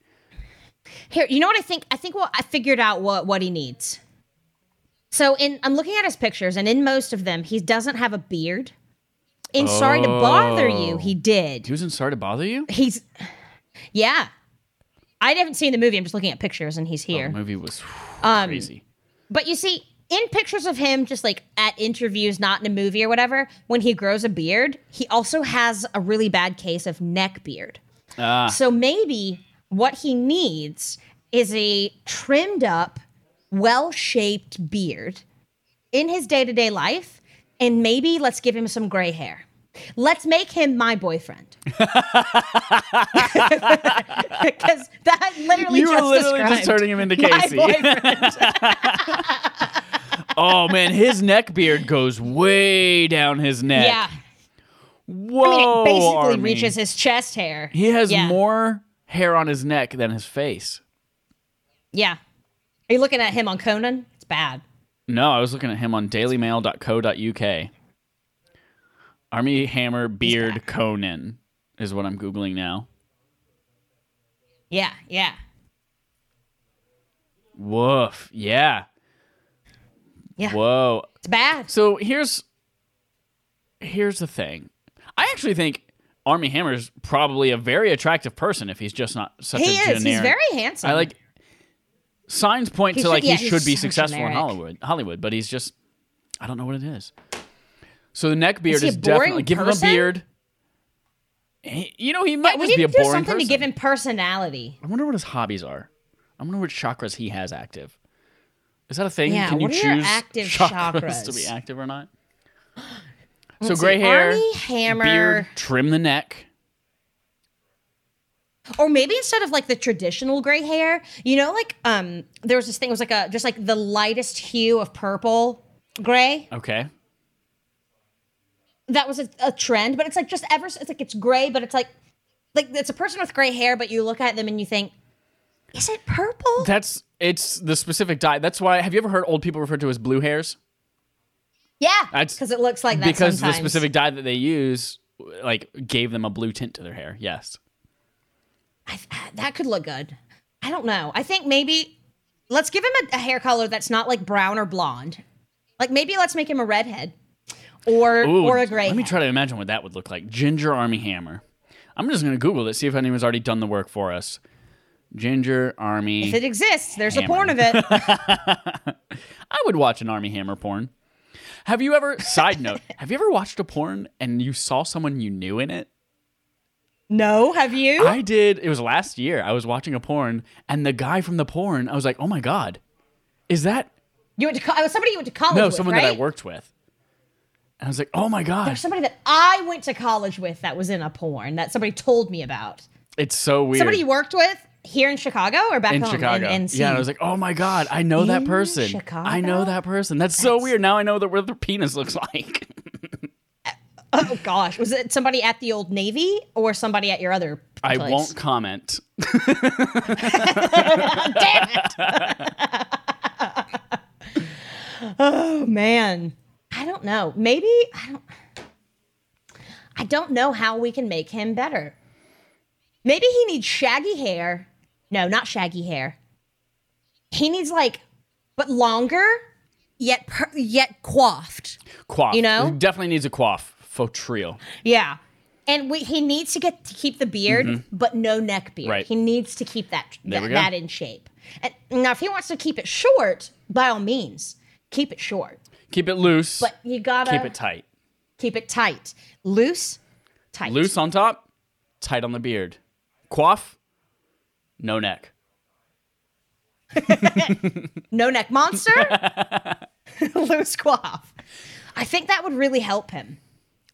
Here, you know what I think? I think what I figured out what what he needs. So in I'm looking at his pictures, and in most of them, he doesn't have a beard. In Sorry to Bother You, he He did. was in Sorry to Bother You? He's, yeah. I haven't seen the movie. I'm just looking at pictures, and he's here. The movie was Um, crazy. But you see, in pictures of him, just like at interviews, not in a movie or whatever, when he grows a beard, he also has a really bad case of neck beard. Ah, So maybe what he needs is a trimmed up, well shaped beard in his day to day life. And maybe let's give him some gray hair. Let's make him my boyfriend. Because that literally you were just literally just described turning him into my Casey. boyfriend. oh man, his neck beard goes way down his neck. yeah. Whoa. I mean, it basically Oh, Army. reaches his chest hair. He has yeah. more hair on his neck than his face. Yeah. Are you looking at him on Conan? It's bad. No, I was looking at him on dailymail.co.uk. Army Hammer Beard Conan is what I'm Googling now. Yeah, yeah. Woof. Yeah. Yeah. Whoa. It's bad. So here's here's the thing. I actually think Army Hammer's probably a very attractive person if he's just not such He a is. He's generic- very handsome. I like signs point He to should- like yeah, he Um, he's should be so successful generic. in Hollywood, Hollywood, but he's just I don't know what it is. So the neck beard Is he is a boring definitely give person? him a beard. He- you know he Yeah, might we just need to be a do boring something person. to give him personality. I wonder what his hobbies are. I wonder what chakras he has active. Is that a thing? Yeah, Can you what are your choose active to be chakras? active or not? So gray see, hair, Army Hammer- beard, trim the neck. Or maybe instead of like the traditional gray hair, you know, like um there was this thing, it was like a just like the lightest hue of purple gray. Okay. that was a, a trend, but it's like just ever. It's like it's gray, but it's like like it's a person with gray hair, but you look at them and you think, is it purple? That's it's the specific dye. That's why have you ever heard old people referred to as blue hairs? yeah, That's- because it looks like that because sometimes. the specific dye that they use like gave them a blue tint to their hair yes I, that could look good. I don't know. I think maybe let's give him a, a hair color that's not like brown or blonde. Like maybe let's make him a redhead or Ooh, or a gray. let me head. try to imagine what that would look like ginger army hammer i'm just going to google it see if anyone's already done the work for us ginger army if it exists, there's Hammer. a porn of it. i would watch an army hammer porn have you ever side note have you ever watched a porn and you saw someone you knew in it no, have you? I did. It was last year. I was watching a porn, and the guy from the porn, I was like, "Oh my god, is that you went to co- oh, somebody you went to college no with, someone that I right? worked with?" And I was like, "Oh my There's gosh, somebody that I went to college with that was in a porn that somebody told me about. it's so weird." Somebody you worked with here in Chicago or back in home Chicago. in NC? yeah, and I was like, "Oh my god, I know that In person. I know Chicago? that person. That's, so weird. Now I know that what their penis looks like." oh gosh, was it somebody at the old Navy or somebody at your other? I place? won't comment. Damn it! oh man, I don't know. Maybe I don't. I don't know how we can make him better. Maybe he needs shaggy hair. No, not shaggy hair. He needs like, but longer, yet per- yet coiffed. Quaff. You know? He definitely needs a quaff. For trio. Yeah. And we, he needs to get to keep the beard, but no neck beard. Mm-hmm. Right. He needs to keep that There we that, go. that in shape. And now, if he wants to keep it short, by all means, keep it short. Keep it loose. But uh, you gotta keep it tight. keep it tight, loose, tight. Loose on top, tight on the beard. Quaff, no neck. no neck monster, loose coif. I think that would really help him.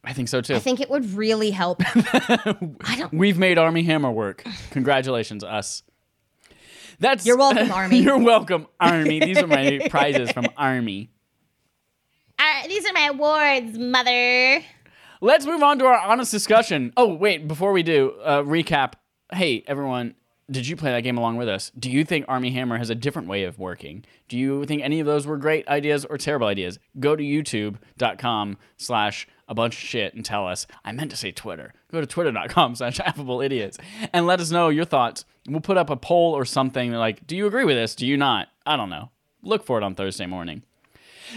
I think so too. I think it would really help. Him. I don't. We've made Army Hammer work. Congratulations, us. That's You're welcome, Army. You're welcome, Army. These are my prizes from Army. I, these are my awards, mother. Let's move on to our honest discussion. Oh, wait, before we do, uh, recap. Hey, everyone, did you play that game along with us? Do you think Army Hammer has a different way of working? Do you think any of those were great ideas or terrible ideas? Go to youtube.com slash a bunch of shit and tell us. I meant to say Twitter. Go to twitter.com slash affable idiots and let us know your thoughts. We'll put up a poll or something like, do you agree with this? Do you not? I don't know. Look for it on Thursday morning.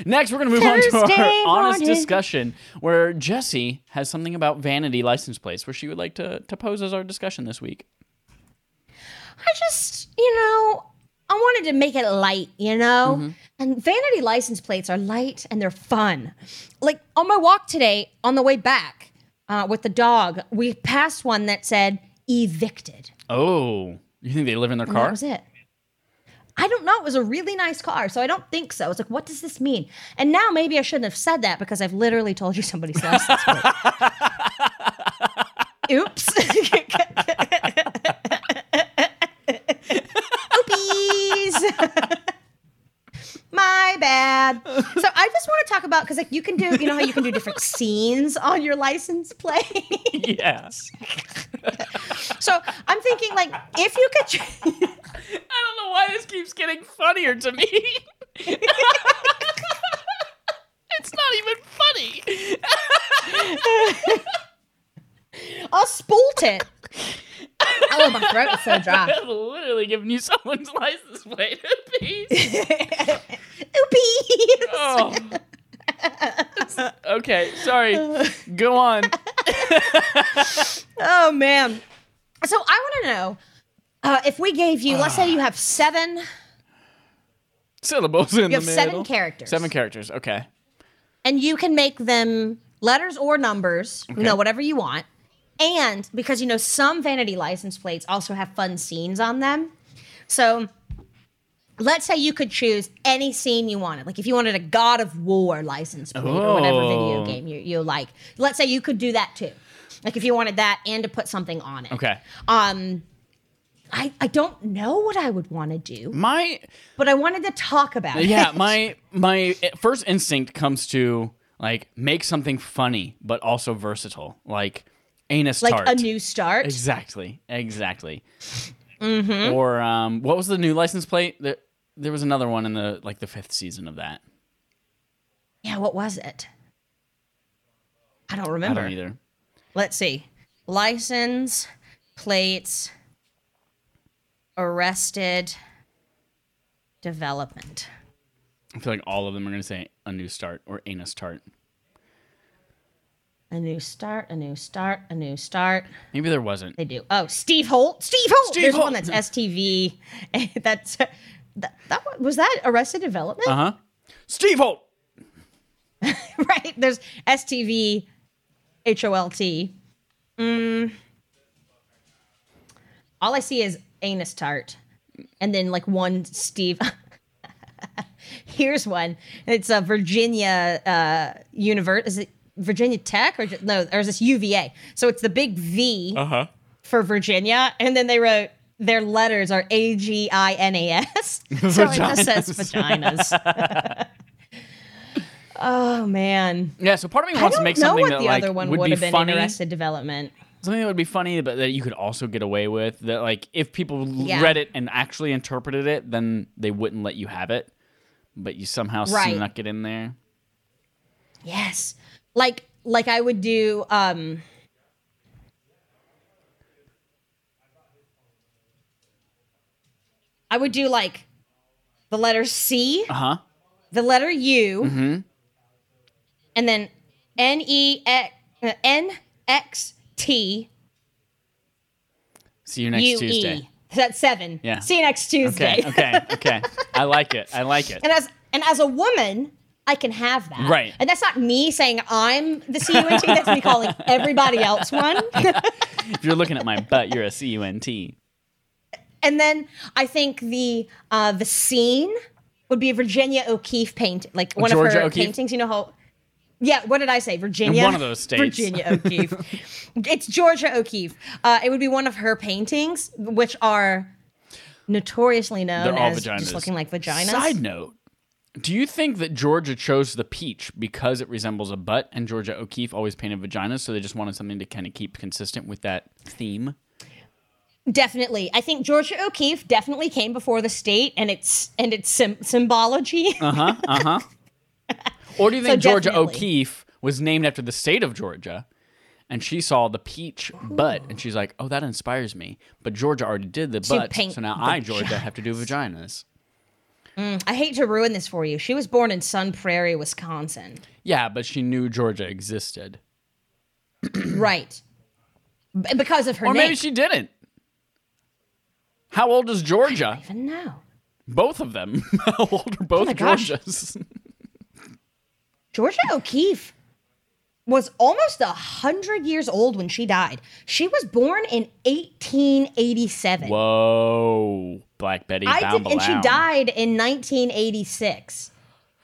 Next, we're going to move on to Thursday our honest morning. discussion where Jesse has something about vanity license plates where she would like to, to pose as our discussion this week. I just, you know, I wanted to make it light, you know? And vanity license plates are light and they're fun. Like on my walk today, on the way back uh, with the dog, we passed one that said evicted. Oh, you think they live in their And car? That was it. I don't know. It was a really nice car, so I don't think so. I was like, what does this mean? And now maybe I shouldn't have said that because I've literally told you somebody's license plate. Oops. Oopies. My bad. So I just want to talk about because like you can do, you know how you can do different scenes on your license plate. Yes. so I'm thinking like if you could. I don't know why this keeps getting funnier to me. it's not even funny. I'll spolt it. oh, my throat is so dry. I'm literally giving you someone's license plate a piece. Oopie. Oh. It's- okay, sorry. Go on. Oh man. So I want to know uh, if we gave you, let's say you have seven, Syllables in you the have middle. seven characters, Seven characters. Okay. and you can make them letters or numbers, you know, whatever you want. And because you know some vanity license plates also have fun scenes on them, so let's say you could choose any scene you wanted. Like if you wanted a God of War license plate or whatever Oh. video game you, you like, let's say you could do that too. Like if you wanted that and to put something on it. Okay. Um, I I don't know what I would want to do, My but I wanted to talk about yeah, it. my my first instinct comes to like make something funny but also versatile. Like anus like tart. a new start. Exactly. Exactly. Mm-hmm. Or um, what was the new license plate? There, there was another one in the like the fifth season of that. yeah, what was it? I don't I remember. don't either. Let's see. License plates arrested development. I feel like all of them are gonna say a new start or anus tart. A new start, a new start, a new start. Maybe there wasn't. They do. Oh, Steve Holt. Steve Holt. Steve There's Holt. one that's STV. that's that, that one was that Arrested Development, Uh huh. Steve Holt. right? There's STV, HOLT. Mm. All I see is anus tart, and then like one Steve. Here's one. It's a Virginia uh, Univers. Is it Virginia Tech or ju- no? Or is this UVA? So it's the big V. Uh huh. for Virginia, and then they wrote their letters are A G I N A S. So it just says vaginas. oh man. Yeah. So part of me I wants to don't make know something what that the like other one would would be have been funny, in Arrested Development. something that would be funny, but that you could also get away with. That like if people l- Yeah. read it and actually interpreted it, then they wouldn't let you have it. But you somehow Right. snuck it in there. Yes. Like like I would do um I would do like the letter C, Uh huh. the letter U, and then N E X N X T See you next U Tuesday. E. That's seven. Yeah. See you next Tuesday. Okay, okay, okay. I like it. I like it. and as and as a woman, I can have that. Right. And that's not me saying I'm the CUNT. that's me calling everybody else one. If you're looking at my butt, you're a C-U-N-T. and then I think the uh, the scene would be a Virginia O'Keeffe paint, like one Georgia of her O'Keeffe? paintings. You know how. Yeah, what did I say? Virginia. one of those states. Virginia O'Keeffe. it's Georgia O'Keeffe. Uh, it would be one of her paintings, which are notoriously known They're all as vaginas. just looking like vaginas. Side note. Do you think that Georgia chose the peach because it resembles a butt and Georgia O'Keeffe always painted vaginas, so they just wanted something to kind of keep consistent with that theme? Definitely, I think Georgia O'Keeffe definitely came before the state and its and its sym symbology. Uh-huh. Or do you think Georgia definitely. O'Keeffe was named after the state of Georgia and she saw the peach butt and she's like, oh, that inspires me. But Georgia already did the butt, paint so now I, Georgia, have to do vaginas. I hate to ruin this for you. She was born in Sun Prairie, Wisconsin. Yeah, but she knew Georgia existed. right. B- because of her Or name. maybe she didn't. How old is Georgia? even know. Both of them. How old are both Oh my gosh. Georgias? Georgia O'Keeffe was almost a hundred years old when she died. She was born in 1887. Whoa. Black Betty. I bound did, and she aloud. died in 1986.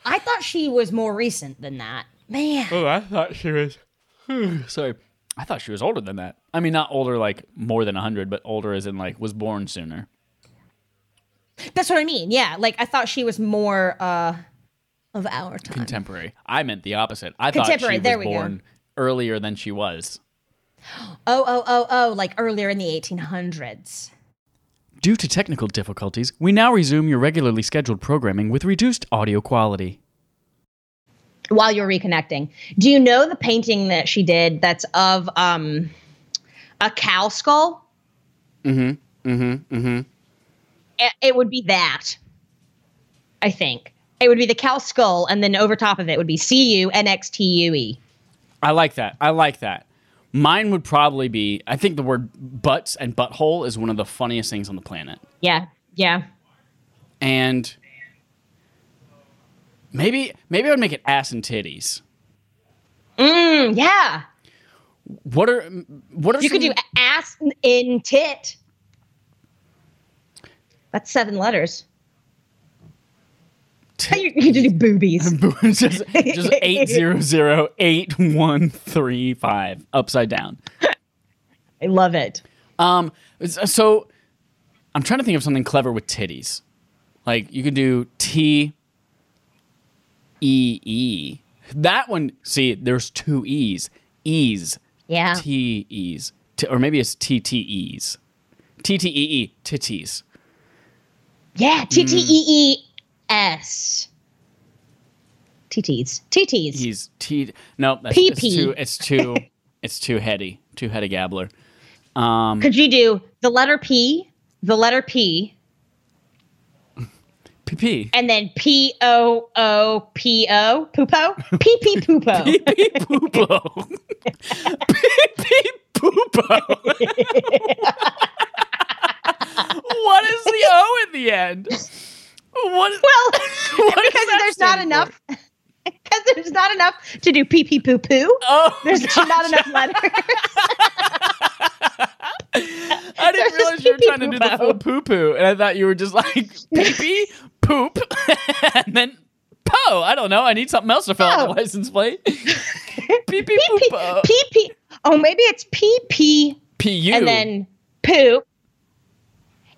I thought she was more recent than that. Man, Oh, I thought she was. Sorry. I thought she was older than that. I mean, not older like more than 100, but older as in like was born sooner. that's what I mean. Yeah, like I thought she was more uh of our time. Contemporary. I meant the opposite. I thought she Contemporary, was there we go. born earlier than she was. Oh, oh, oh, oh, like earlier in the 1800s. Due to technical difficulties, we now resume your regularly scheduled programming with reduced audio quality. While you're reconnecting, do you know the painting that she did that's of um a cow skull? it, it would be that. I think it would be the cow skull, and then over top of it would be C U N X T U E. I like that. I like that. Mine would probably be I think the word butts and butthole is one of the funniest things on the planet. Yeah, yeah. And maybe maybe I would make it ass and titties. Mm, yeah, What are what are you could do some- a- ass in tit. That's seven letters. You you could do boobies. Um, just just eight zero zero eight one three five upside down. I love it. Um, s- so I'm trying to think of something clever with titties. Like you could do T E E. That one, see, there's two E's. E's. Yeah. T E's. T- or maybe it's T T E E's. T T E E. Titties. Yeah, mm. T T E E S. TTs. TTs. He's T. No, that's, Pee it's pee. too. It's too. it's too heady. Too heady gabbler. Could you do the letter P, the letter P, Pee pee. and then P O O P O poopo P P poopo. Pee pee poopo. pee pee poopo. what is the O at the end? What? Well, What does because that there's stand not for? enough. Because there's not enough to do pee pee poo poo. oh, There's not enough letters. I didn't there's realize you were pee-pee trying to do the poopo. full poo poo, and I thought you were just like pee pee poop, and then po. I don't know. I need something else to fill out No. the license plate. pee pee Pee pee poopo. pee pee. Oh, maybe it's pee pee P U. and then poop,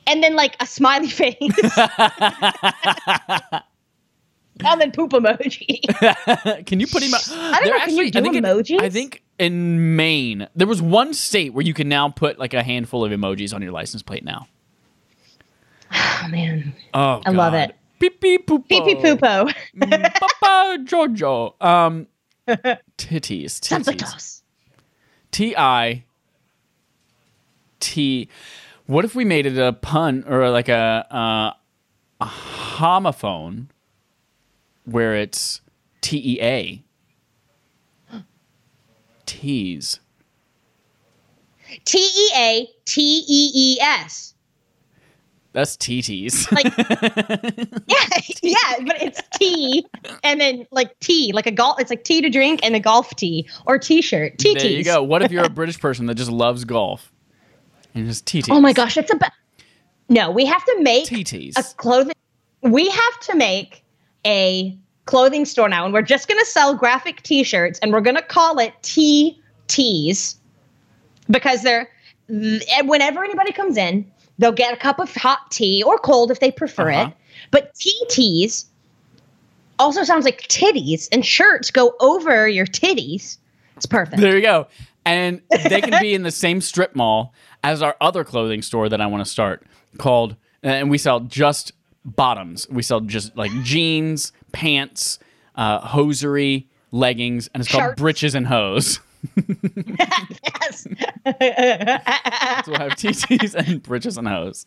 and then like a smiley face, and then poop emoji. Can you put him? I don't know, can you do emojis? I think in Maine there was one state where you can now put like a handful of emojis on your license plate now. Oh man, Oh, I love God. it. Beep beep poopo. pee pee poopo. Mm, Papa Jojo. Um, titties. Sounds like Titties. us. T I T. What if we made it a pun or like a, uh, a homophone where it's T E A? Tease. T E A T E E S. That's TTs. Like, yeah, yeah, but it's tea and then like tea, like a golf. It's like tea to drink and a golf tee or t-shirt. TTs. there you go. What if you're a British person that just loves golf and just TTs? Oh my gosh, that's a. Ba- no, we have to make TTs. a clothing. We have to make a clothing store now, and we're just gonna sell graphic T-shirts, and we're gonna call it TTs because they're. th- and Whenever anybody comes in, they'll get a cup of hot tea or cold if they prefer Uh-huh. it. But TTs also sounds like titties, and shirts go over your titties. It's perfect. There you go. And they can be in the same strip mall as our other clothing store that I want to start called, and we sell just bottoms. We sell just like jeans, pants, uh, hosiery, leggings, and it's called Shirts. Britches and Hose. yes. So we'll have TTs and Britches and Hose.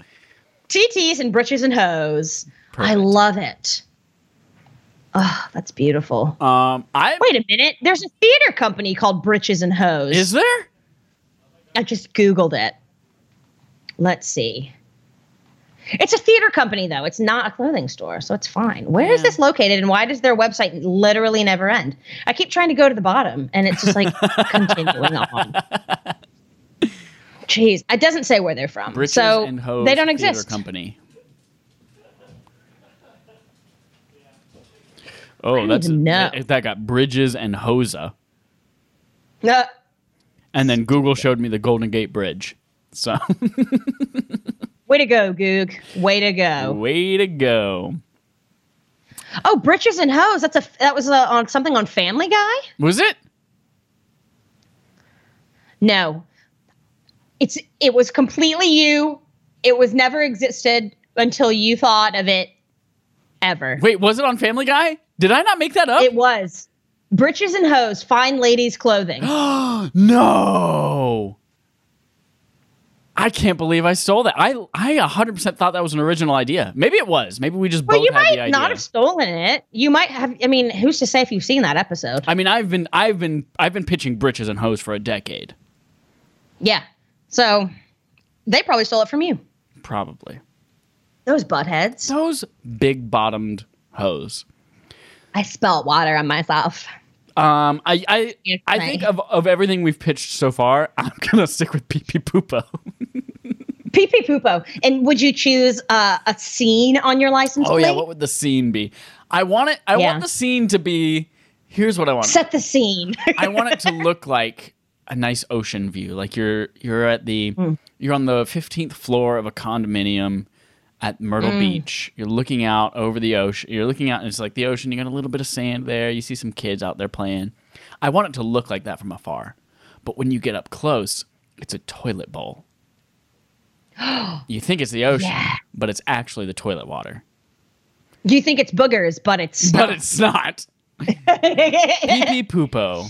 TTs and britches and hose. I love it. Oh, that's beautiful. Um, I Wait a minute. There's a theater company called Britches and Hose. is there? I just Googled it. Let's see. It's a theater company, though. It's not a clothing store, so it's fine. Where is Yeah. this located, and why does their website literally never end? I keep trying to go to the bottom, and it's just like continuing on. Jeez, it doesn't say where they're from, Britches so and Hose they don't Theater exist. Company. Oh, don't that's even know. that- that got Bridges and Hosa. No, And then Google showed me the Golden Gate Bridge. So, way to go, Goog. Way to go. way to go. Oh, britches and hose. That's a that was uh on something on Family Guy. Was it? No. It's it was completely you. It was never existed until you thought of it ever. Wait, was it on Family Guy? Did I not make that up? It was britches and hose, fine ladies clothing. no. I can't believe I stole that. I I 100% thought that was an original idea. Maybe it was. Maybe we just well, both you had the might idea. not have stolen it. You might have. I mean, who's to say if you've seen that episode? I mean, I've been I've been I've been pitching britches and hose for a decade, Yeah. So they probably stole it from you. probably. Those buttheads. Those big bottomed hose. I spelt water on myself. Um, I I, You're I think right. of, of everything we've pitched so far, I'm gonna stick with Pee Pee Poopo. Pee pee poopo. And would you choose uh, a scene on your license oh plate? yeah, what would the scene be? I want it. I Yeah. want the scene to be. Here's what I want. Set the scene. I want it to look like a nice ocean view. Like you're you're at the Hmm. you're on the 15th floor of a condominium at Hmm. Myrtle Beach. You're looking out over the ocean. You're looking out and it's like the ocean. You got a little bit of sand there. You see some kids out there playing. I want it to look like that from afar. But when you get up close, it's a toilet bowl. you think it's the ocean, Yeah. but it's actually the toilet water. You think it's boogers, but it's But it's not. pee Pee pee poopo.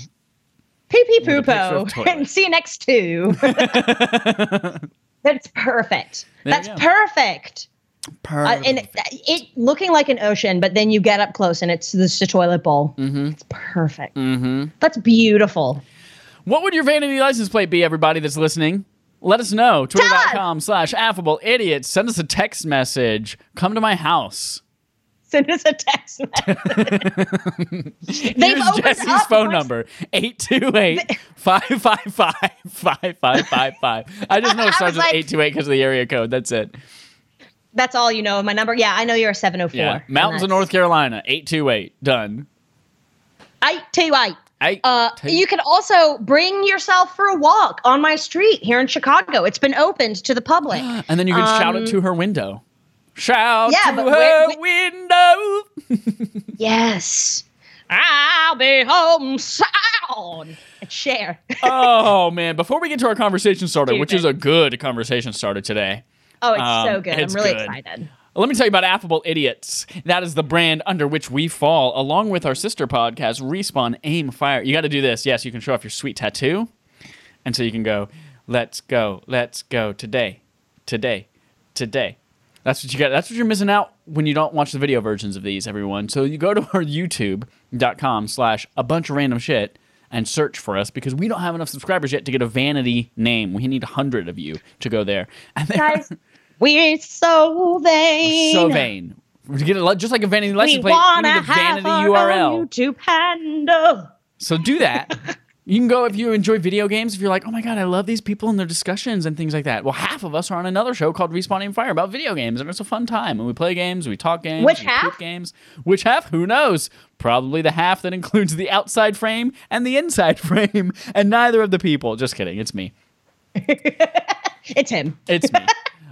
pee a picture of poopo. toilet. And see you next to. That's perfect. There you That's go. perfect. Uh, and it, it looking like an ocean, but then you get up close and it's this a toilet bowl. Mm-hmm. It's perfect. That's beautiful. What would your vanity license plate be, everybody that's listening? Let us know. Twitter.com slash affable idiots. Send us a text message. Come to my house. Send us a text message. They've Here's opened Jesse's up phone my- number 828 555 5555. I just know it I was starts like- with 828 because of the area code. That's it. That's all you know of my number. Yeah, I know you're a 704. Yeah. and Mountains of that's- North Carolina, 828. Done. I tell you what. I, Uh, you can also bring yourself for a walk on my street here in Chicago. It's been opened to the public. and then you can shout it to her window. Shout um, Yeah, to but where- her window. yes. I'll be home soon. And Share. oh man! Before we get to our conversation starter, which Stupid. is a good conversation starter today, Oh, it's Um, so good. it's I'm really good. excited. let me tell you about Affable Idiots. That is the brand under which we fall, along with our sister podcast, Respawn Aim Fire. You got to do this. Yes, you can show off your sweet tattoo, and so you can go, "Let's go, let's go today, today, today." That's what you got. That's what you're missing out when you don't watch the video versions of these, everyone. So you go to our youtube.com slash a bunch of random shit and search for us because we don't have enough subscribers yet to get a vanity name. We need 100 of you to go there. And there are- Guys, we're so vain. so vain. To get a, li- just like a vanity We license plate, we want need to a have vanity our URL. own YouTube handle. So do that. you can go if you enjoy video games. If you're like, oh my god, I love these people and their discussions and things like that. Well, half of us are on another show called Respawn Aim Fire about video games, and it's a fun time. And we play games, we talk games, Which we half? poop games. Which half? Who knows? Probably the half that includes the outside frame and the inside frame, and neither of the people. Just kidding. It's me. It's him. It's me.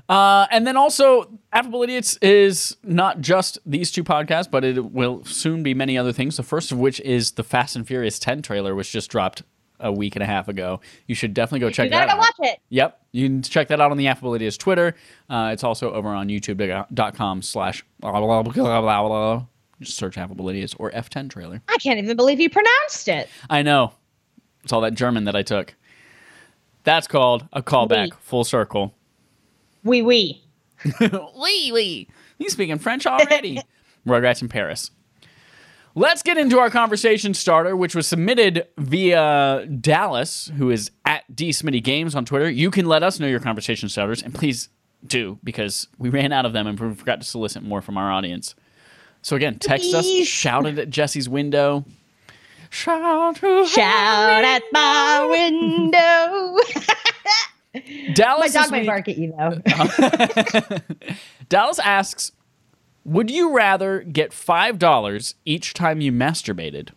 Uh, and then also, Affable Idiots is not just these two podcasts, but it will soon be many other things. The first of which is the Fast and Furious 10 trailer, which just dropped a week and a half ago. You should definitely go check You that gotta go out. watch it. Yep. You can check that out on the Affable Idiots Twitter. Uh, it's also over on youtube.com slash blah, blah, blah, blah, blah, blah. Just search Affable Idiots or F10 trailer. I can't even believe you pronounced it. I know. It's all that German that I took. That's called a callback, Wait. full circle. Wee wee. wee wee. He's speaking French already. Rugrats in Paris. Let's get into our conversation starter, which was submitted via Dallas, who is at DSmitty Games on Twitter. You can let us know your conversation starters, and please do, because we ran out of them and we forgot to solicit more from our audience. So again, text us, Please. shout it at Jesse's window. Shout to Shout at my window. my Dallas. dog this might week- bark at you though. Dallas asks, "Would you rather get five dollars each time you masturbated,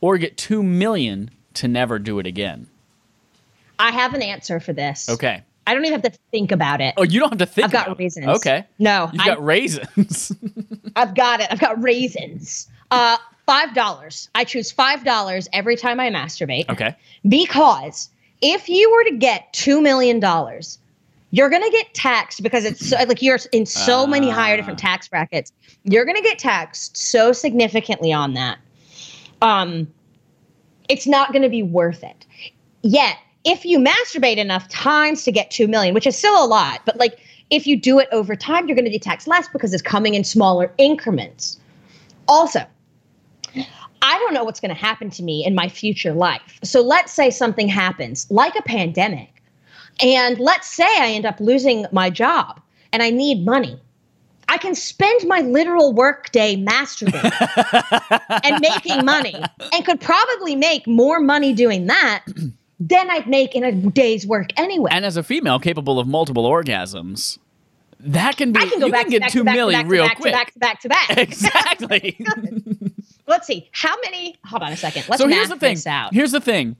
or get two million to never do it again?" I have an answer for this. Okay. I don't even have to think about it. Oh, you don't have to think. I've got about it. raisins. Okay. No, You've I- got raisins. I've got it. I've got raisins. Uh, five dollars. I choose five dollars every time I masturbate. okay. Because if you were to get two million dollars, you're gonna get taxed because it's so, like you're in so many higher different tax brackets. You're gonna get taxed so significantly on that. Um, it's not gonna be worth it. Yet, if you masturbate enough times to get two million, which is still a lot, but like if you do it over time, you're gonna be taxed less because it's coming in smaller increments. Also, I don't know what's going to happen to me in my future life. So let's say something happens, like a pandemic, and let's say I end up losing my job and I need money. I can spend my literal workday masturbating and making money and could probably make more money doing that than I'd make in a day's work anyway. And as a female capable of multiple orgasms, that can be. I can go you back, can get to, back, two to, back, to, million back, to, real back, to quick. back to back to back Exactly. Let's see. How many? Hold on a second. Let's so here's the math thing. this out. Here's the thing.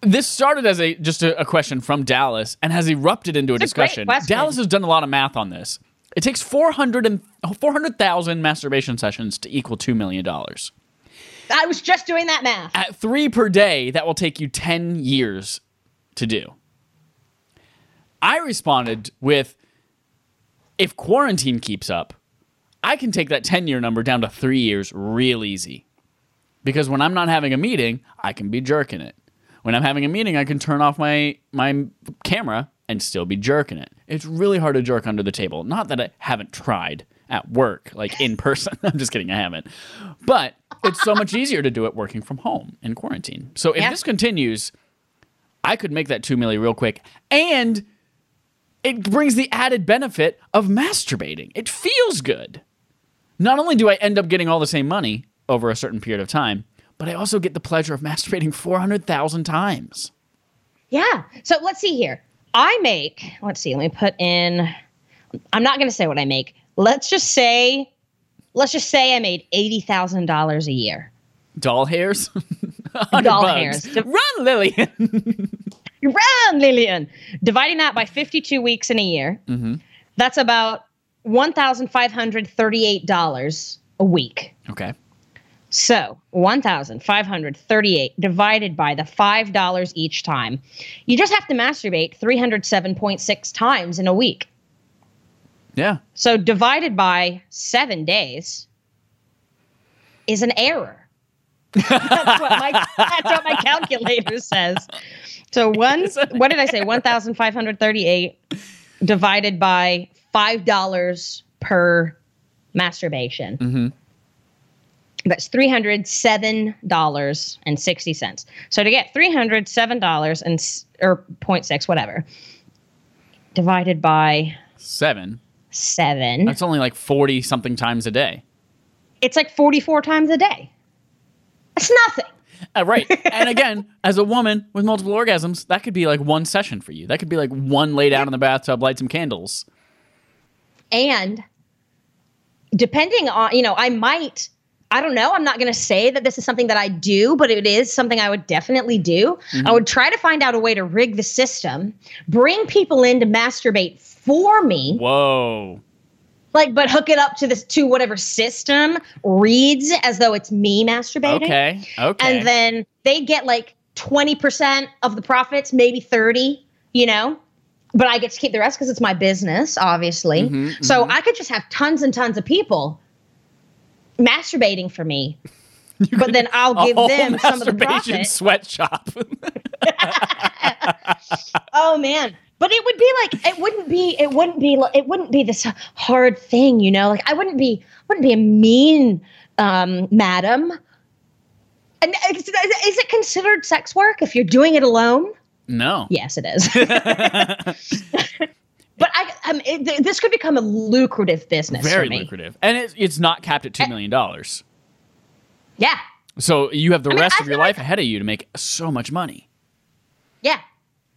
This started as a just a, a question from Dallas and has erupted into a It's a great discussion. question. Dallas has done a lot of math on this. It takes 400 and 400,000 masturbation sessions to equal $2 million. I was just doing that math. At three per day, that will take you 10 years to do. I responded with if quarantine keeps up, I can take that 10 year number down to three years real easy. Because when I'm not having a meeting, I can be jerking it. When I'm having a meeting, I can turn off my, my camera and still be jerking it. It's really hard to jerk under the table. Not that I haven't tried at work, like in person. I'm just kidding, I haven't. But it's so much easier to do it working from home in quarantine. So if Yeah. this continues, I could make that two milli real quick. And it brings the added benefit of masturbating. It feels good. Not only do I end up getting all the same money over a certain period of time, but I also get the pleasure of masturbating 400,000 times. Yeah. So let's see here. I make, let's see, let me put in, I'm not going to say what I make. Let's just say, let's just say I made $80,000 a year. Doll hairs? 100 Doll bucks. hairs. Run, Lillian. Run, Lillian. Dividing that by 52 weeks in a year, that's about $1,538 a week. okay. So 1,538 divided by the $5 each time. You just have to masturbate 307.6 times in a week. Yeah. So divided by seven days is an error. that's, what my, that's what my calculator says. So one, what did I say? One thousand five hundred thirty-eight divided by five dollars per masturbation. That's three hundred seven dollars and sixty cents. So to get three hundred seven dollars and s- or 0.6, whatever, divided by Seven. seven. That's only like 40 something times a day. it's like 44 times a day. That's nothing. Uh, right. And again, as a woman with multiple orgasms, that could be like one session for you. That could be like one lay down in the bathtub, light some candles. And depending on, you know, I might, I don't know, I'm not going to say that this is something that I do, but it is something I would definitely do. I would try to find out a way to rig the system, bring people in to masturbate for me, Whoa. like, but hook it up to this, to whatever system reads as though it's me masturbating. Okay. Okay. and then they get like 20% of the profits maybe 30 you know but i get to keep the rest because it's my business obviously Mhm, so i could just have tons and tons of people masturbating for me but then i'll a give whole them some of the masturbation profit sweatshop. oh man But it would be like it wouldn't be it wouldn't be li- it wouldn't be this hard thing, you know. Like I wouldn't be wouldn't be a mean um, madam. And is, is it considered sex work if you're doing it alone? No. Yes, it is. but I um, it, th- this could become a lucrative business Very for me. Eh. lucrative. And it, it's not capped at $2 million. Yeah, So you have the mean, rest I of your feel life ahead of you to make so much money. yeah.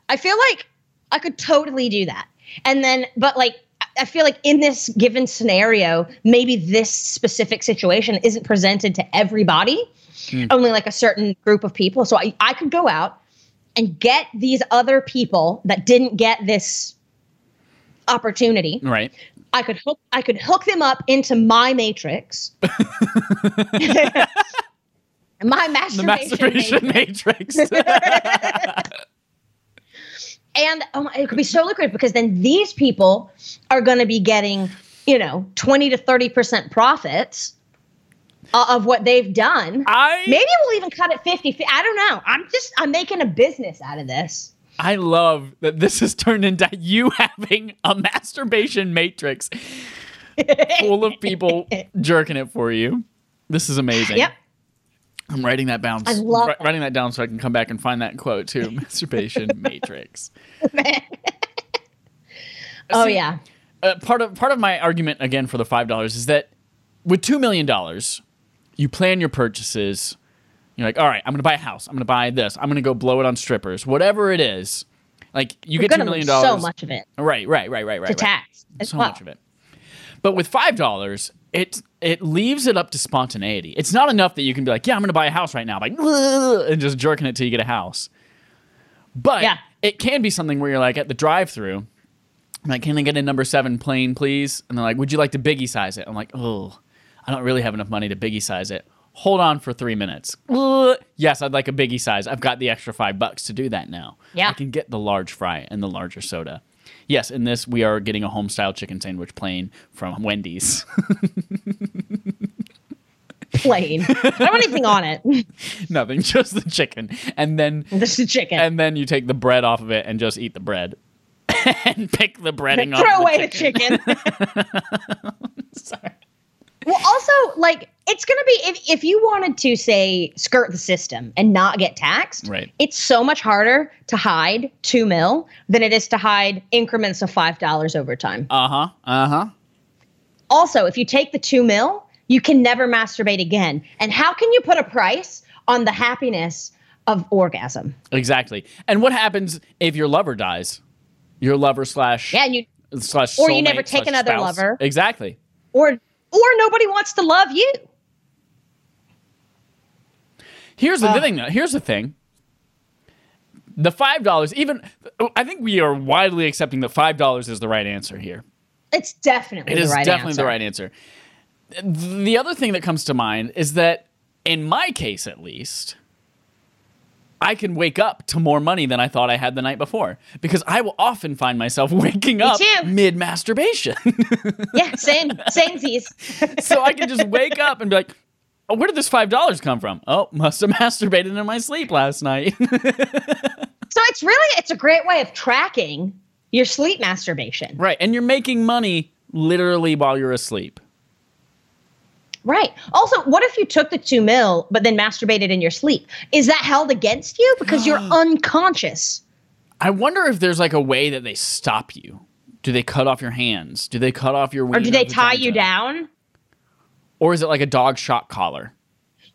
I feel like I could totally do that. And then, but like, I- I feel like in this given scenario, maybe this specific situation isn't presented to everybody, Hmm. only like a certain group of people. So I, I could go out and get these other people that didn't get this opportunity. Right. I could hook I could hook them up into my matrix. my masturbation, The masturbation matrix. matrix. And oh my, it could be so lucrative because then these people are going to be getting, you know, 20 to 30% profits o- of what they've done. I Maybe we'll even cut it 50. fi- I don't know. I'm just I'm making a business out of this. I love that this has turned into you having a masturbation matrix full of people jerking it for you. This is amazing. Yep. I'm writing that down. I love wri- that. writing that down so I can come back and find that quote too. Masturbation matrix. Oh See, yeah. uh, part of part of my argument again for the five dollars is that with two million dollars, you plan your purchases. You're like, all right, I'm gonna buy a house. I'm gonna buy this. I'm gonna go blow it on strippers. Whatever it is, like you We're get going two to lose million so dollars. much of it Right, right, right, right, right. to right. tax as so well. much of it. But with five dollars, it it leaves it up to spontaneity. It's not enough that you can be like, yeah, I'm gonna buy a house right now, like "Ugh," and just jerking it till you get a house. But Yeah. it can be something where you're like at the drive-through, I'm like, can I get a number seven plain, please? And they're like, would you like to biggie size it? I'm like, oh, I don't really have enough money to biggie size it. Hold on for three minutes. Ugh. Yes, I'd like a biggie size. I've got the extra five bucks to do that now. Yeah. I can get the large fry and the larger soda. Yes, in this, we are getting a home style chicken sandwich plain from Wendy's. Plain. I don't want anything on it. Nothing, just the chicken. And then. This is chicken. And then you take the bread off of it and just eat the bread, and pick the breading off. throw of away the the chicken. chicken. Sorry. well, also, like, it's going to be if, if you wanted to, say, skirt the system and not get taxed, Right. it's so much harder to hide two mil than it is to hide increments of $5 over time. Uh huh. Uh huh. also, if you take the two mil, you can never masturbate again. And how can you put a price on the happiness of orgasm? Exactly. And what happens if your lover dies? Your lover slash Yeah, and you, slash Or you soulmate never take slash another spouse. lover. Exactly. or, or nobody wants to love you. Here's the thing. Though. Here's the thing. The five dollars. Even I think we are widely accepting that five dollars is the right answer here. It's definitely It the is right definitely answer. the right answer. The other thing that comes to mind is that in my case, at least, I can wake up to more money than I thought I had the night before because I will often find myself waking up too. mid masturbation. Yeah, same, same so I can just wake up and be like, oh, where did this five dollars come from? Oh, must have masturbated in my sleep last night. So it's really it's a great way of tracking your sleep masturbation. right, and you're making money literally while you're asleep. Right. Also, what if you took the 2 mil but then masturbated in your sleep? Is that held against you because you're unconscious? I wonder if there's like a way that they stop you. Do they cut off your hands? Do they cut off your? Or do they tie you down? Or is it like a dog shock collar?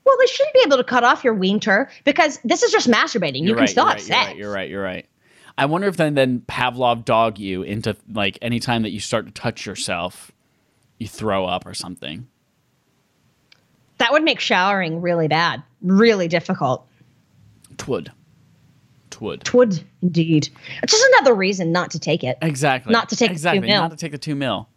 Well, they shouldn't be able to cut off your weener because this is just masturbating. you You're can right, still you're have right, sex. You're right. You're right. You're right. I wonder if then then Pavlov dog you into like any time that you start to touch yourself, you throw up or something. That would make showering really bad, really difficult. Twould. Twould. Twould indeed. It's just another reason not to take it. Exactly. Not to take the two exactly. mil. Not to take the two mil.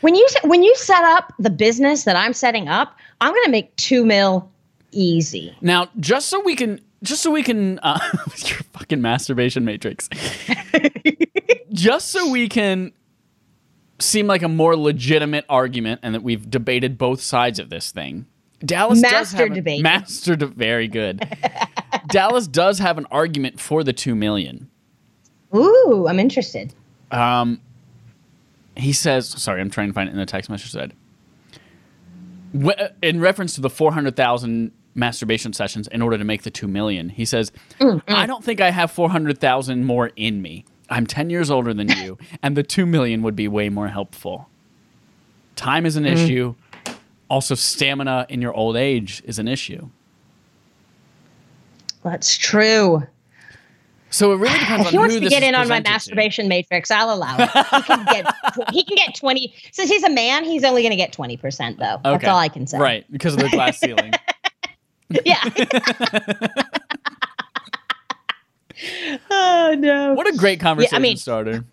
When you se- when you set up the business that I'm setting up, I'm going to make 2 mil easy. Now, just so we can, just so we can, uh, your fucking masturbation matrix. just so we can seem like a more legitimate argument, and that we've debated both sides of this thing. Dallas does Master have a- debate. Master, de- very good. Dallas does have an argument for the two million. Ooh, I'm interested. Um, he says, sorry, I'm trying to find it in the text message thread. Wh- In reference to the 400,000 masturbation sessions in order to make the 2 million, he says, I don't think I have 400,000 more in me. I'm 10 years older than you, and the 2 million would be way more helpful. Time is an Mm. issue. Also, stamina in your old age is an issue. That's true. So it really depends on If he wants who to this get is in on my presented to. masturbation matrix, I'll allow it. He can get he can get twenty. Since he's a man, he's only going to get twenty percent though. That's all I can say. Right, because of the glass ceiling. Yeah. oh no. What a great conversation mean- starter.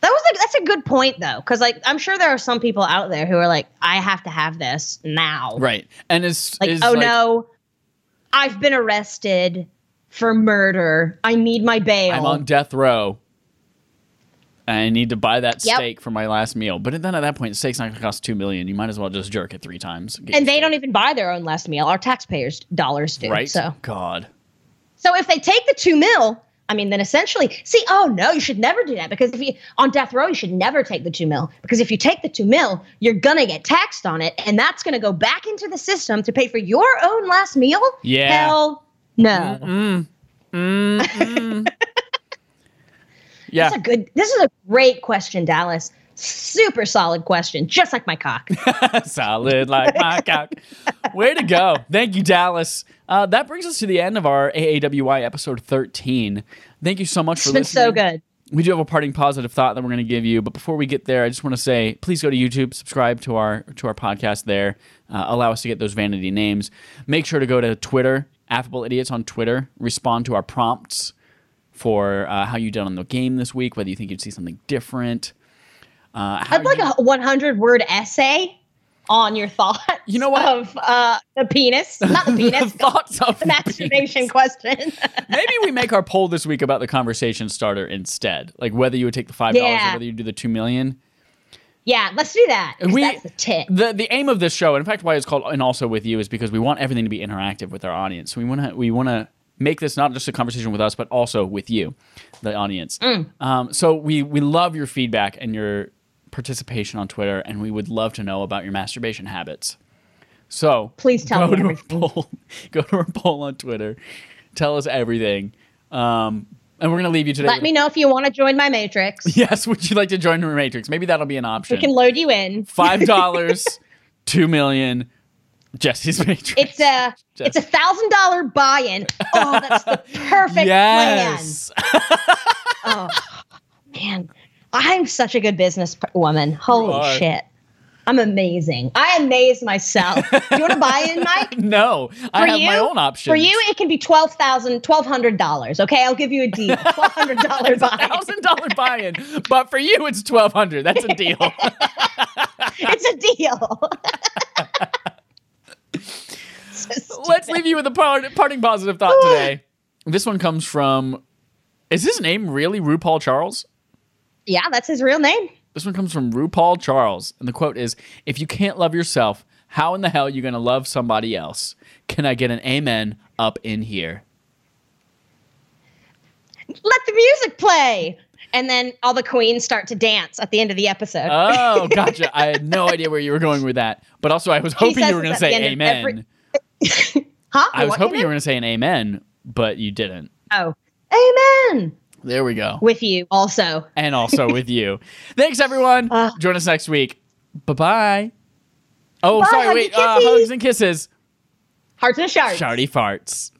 That was a, that's a good point though, because like I'm sure there are some people out there who are like, I have to have this now. Right. And it's Like, it's oh no, I've been arrested for murder. I need my bail. I'm on death row. And I need to buy that Yep. steak for my last meal. But then at that point, steak's not gonna cost two million. You might as well just jerk it three times. and get and your they don't steak. even buy their own last meal. Our taxpayers' dollars do. right. So God. So if they take the two mil, I mean, then essentially, see, oh no, you should never do that because if you on death row, you should never take the two mil because if you take the two mil, you're gonna get taxed on it, and that's gonna go back into the system to pay for your own last meal. Yeah. Hell no. Yeah. That's a good. This is a great question, Dallas. Super solid question, just like my cock. Solid like my cock. Way to go. Thank you, Dallas. Uh, that brings us to the end of our AAWI episode 13. Thank you so much for It's been listening. so good. we do have a parting positive thought that we're going to give you but before we get there i just want to say please go to youtube subscribe to our to our podcast there uh, allow us to get those vanity names make sure to go to twitter affable idiots on twitter respond to our prompts for uh, how you did on the game this week whether you think you'd see something different uh, how I'd like you- a 100 word essay on your thoughts. You know what? Of uh, the penis, not the the penis, thoughts of the masturbation being- question. Maybe we make our poll this week about the conversation starter instead, like whether you would take the five dollars or Yeah. whether you do the two million. yeah, let's do that. 'cause We- that's the tip. the the aim of this show, and in fact, why it's called "And Also with You," is because we want everything to be interactive with our audience. So we want to we want to make this not just a conversation with us, but also with you, the audience. Mm. Um, so we we love your feedback and your participation on Twitter, and we would love to know about your masturbation habits. So Please tell go me to our everything. poll. Go to our poll on Twitter. Tell us everything. Um, and we're gonna leave you today. Let with- me know if you want to join my matrix. yes, would you like to join the Matrix? Maybe that'll be an option We can load you in. five dollars, two million. Jesse's Matrix. It's a it's Just- a thousand dollar buy in. Oh, that's the perfect yes. plan. Oh man, I'm such a good business per- woman. Holy are. shit, I'm amazing. I amaze myself. you want to buy in, Mike? No, I For have my you- own option. For you, it can be twelve thousand, twelve hundred dollars. Okay, I'll give you a deal. Twelve hundred dollar buy. thousand dollar buy-in, but for you it's twelve hundred. That's a deal. It's a deal. So stupid. Let's leave you with a part- parting positive thought today. This one comes from. Is his name really RuPaul Charles? yeah, that's his real name. This one comes from RuPaul Charles, and the quote is: "If you can't love yourself, how in the hell are you gonna love somebody else?" Can I get an amen up in here? Let the music play. And then all the queens start to dance at the end of the episode. Oh, gotcha. I had no idea where you were going with that. But also, I was hoping says you were going to this at the end say of amen. every- huh? I was What hoping can you were going to say an amen, but you didn't. Oh, amen. There we go. With you also. And also with you. Thanks, everyone. Uh. Join us next week. Bye bye. Oh, Bye, sorry. huggy Wait. Uh, kisses. hugs and kisses. Hearts and shards. Shardy farts.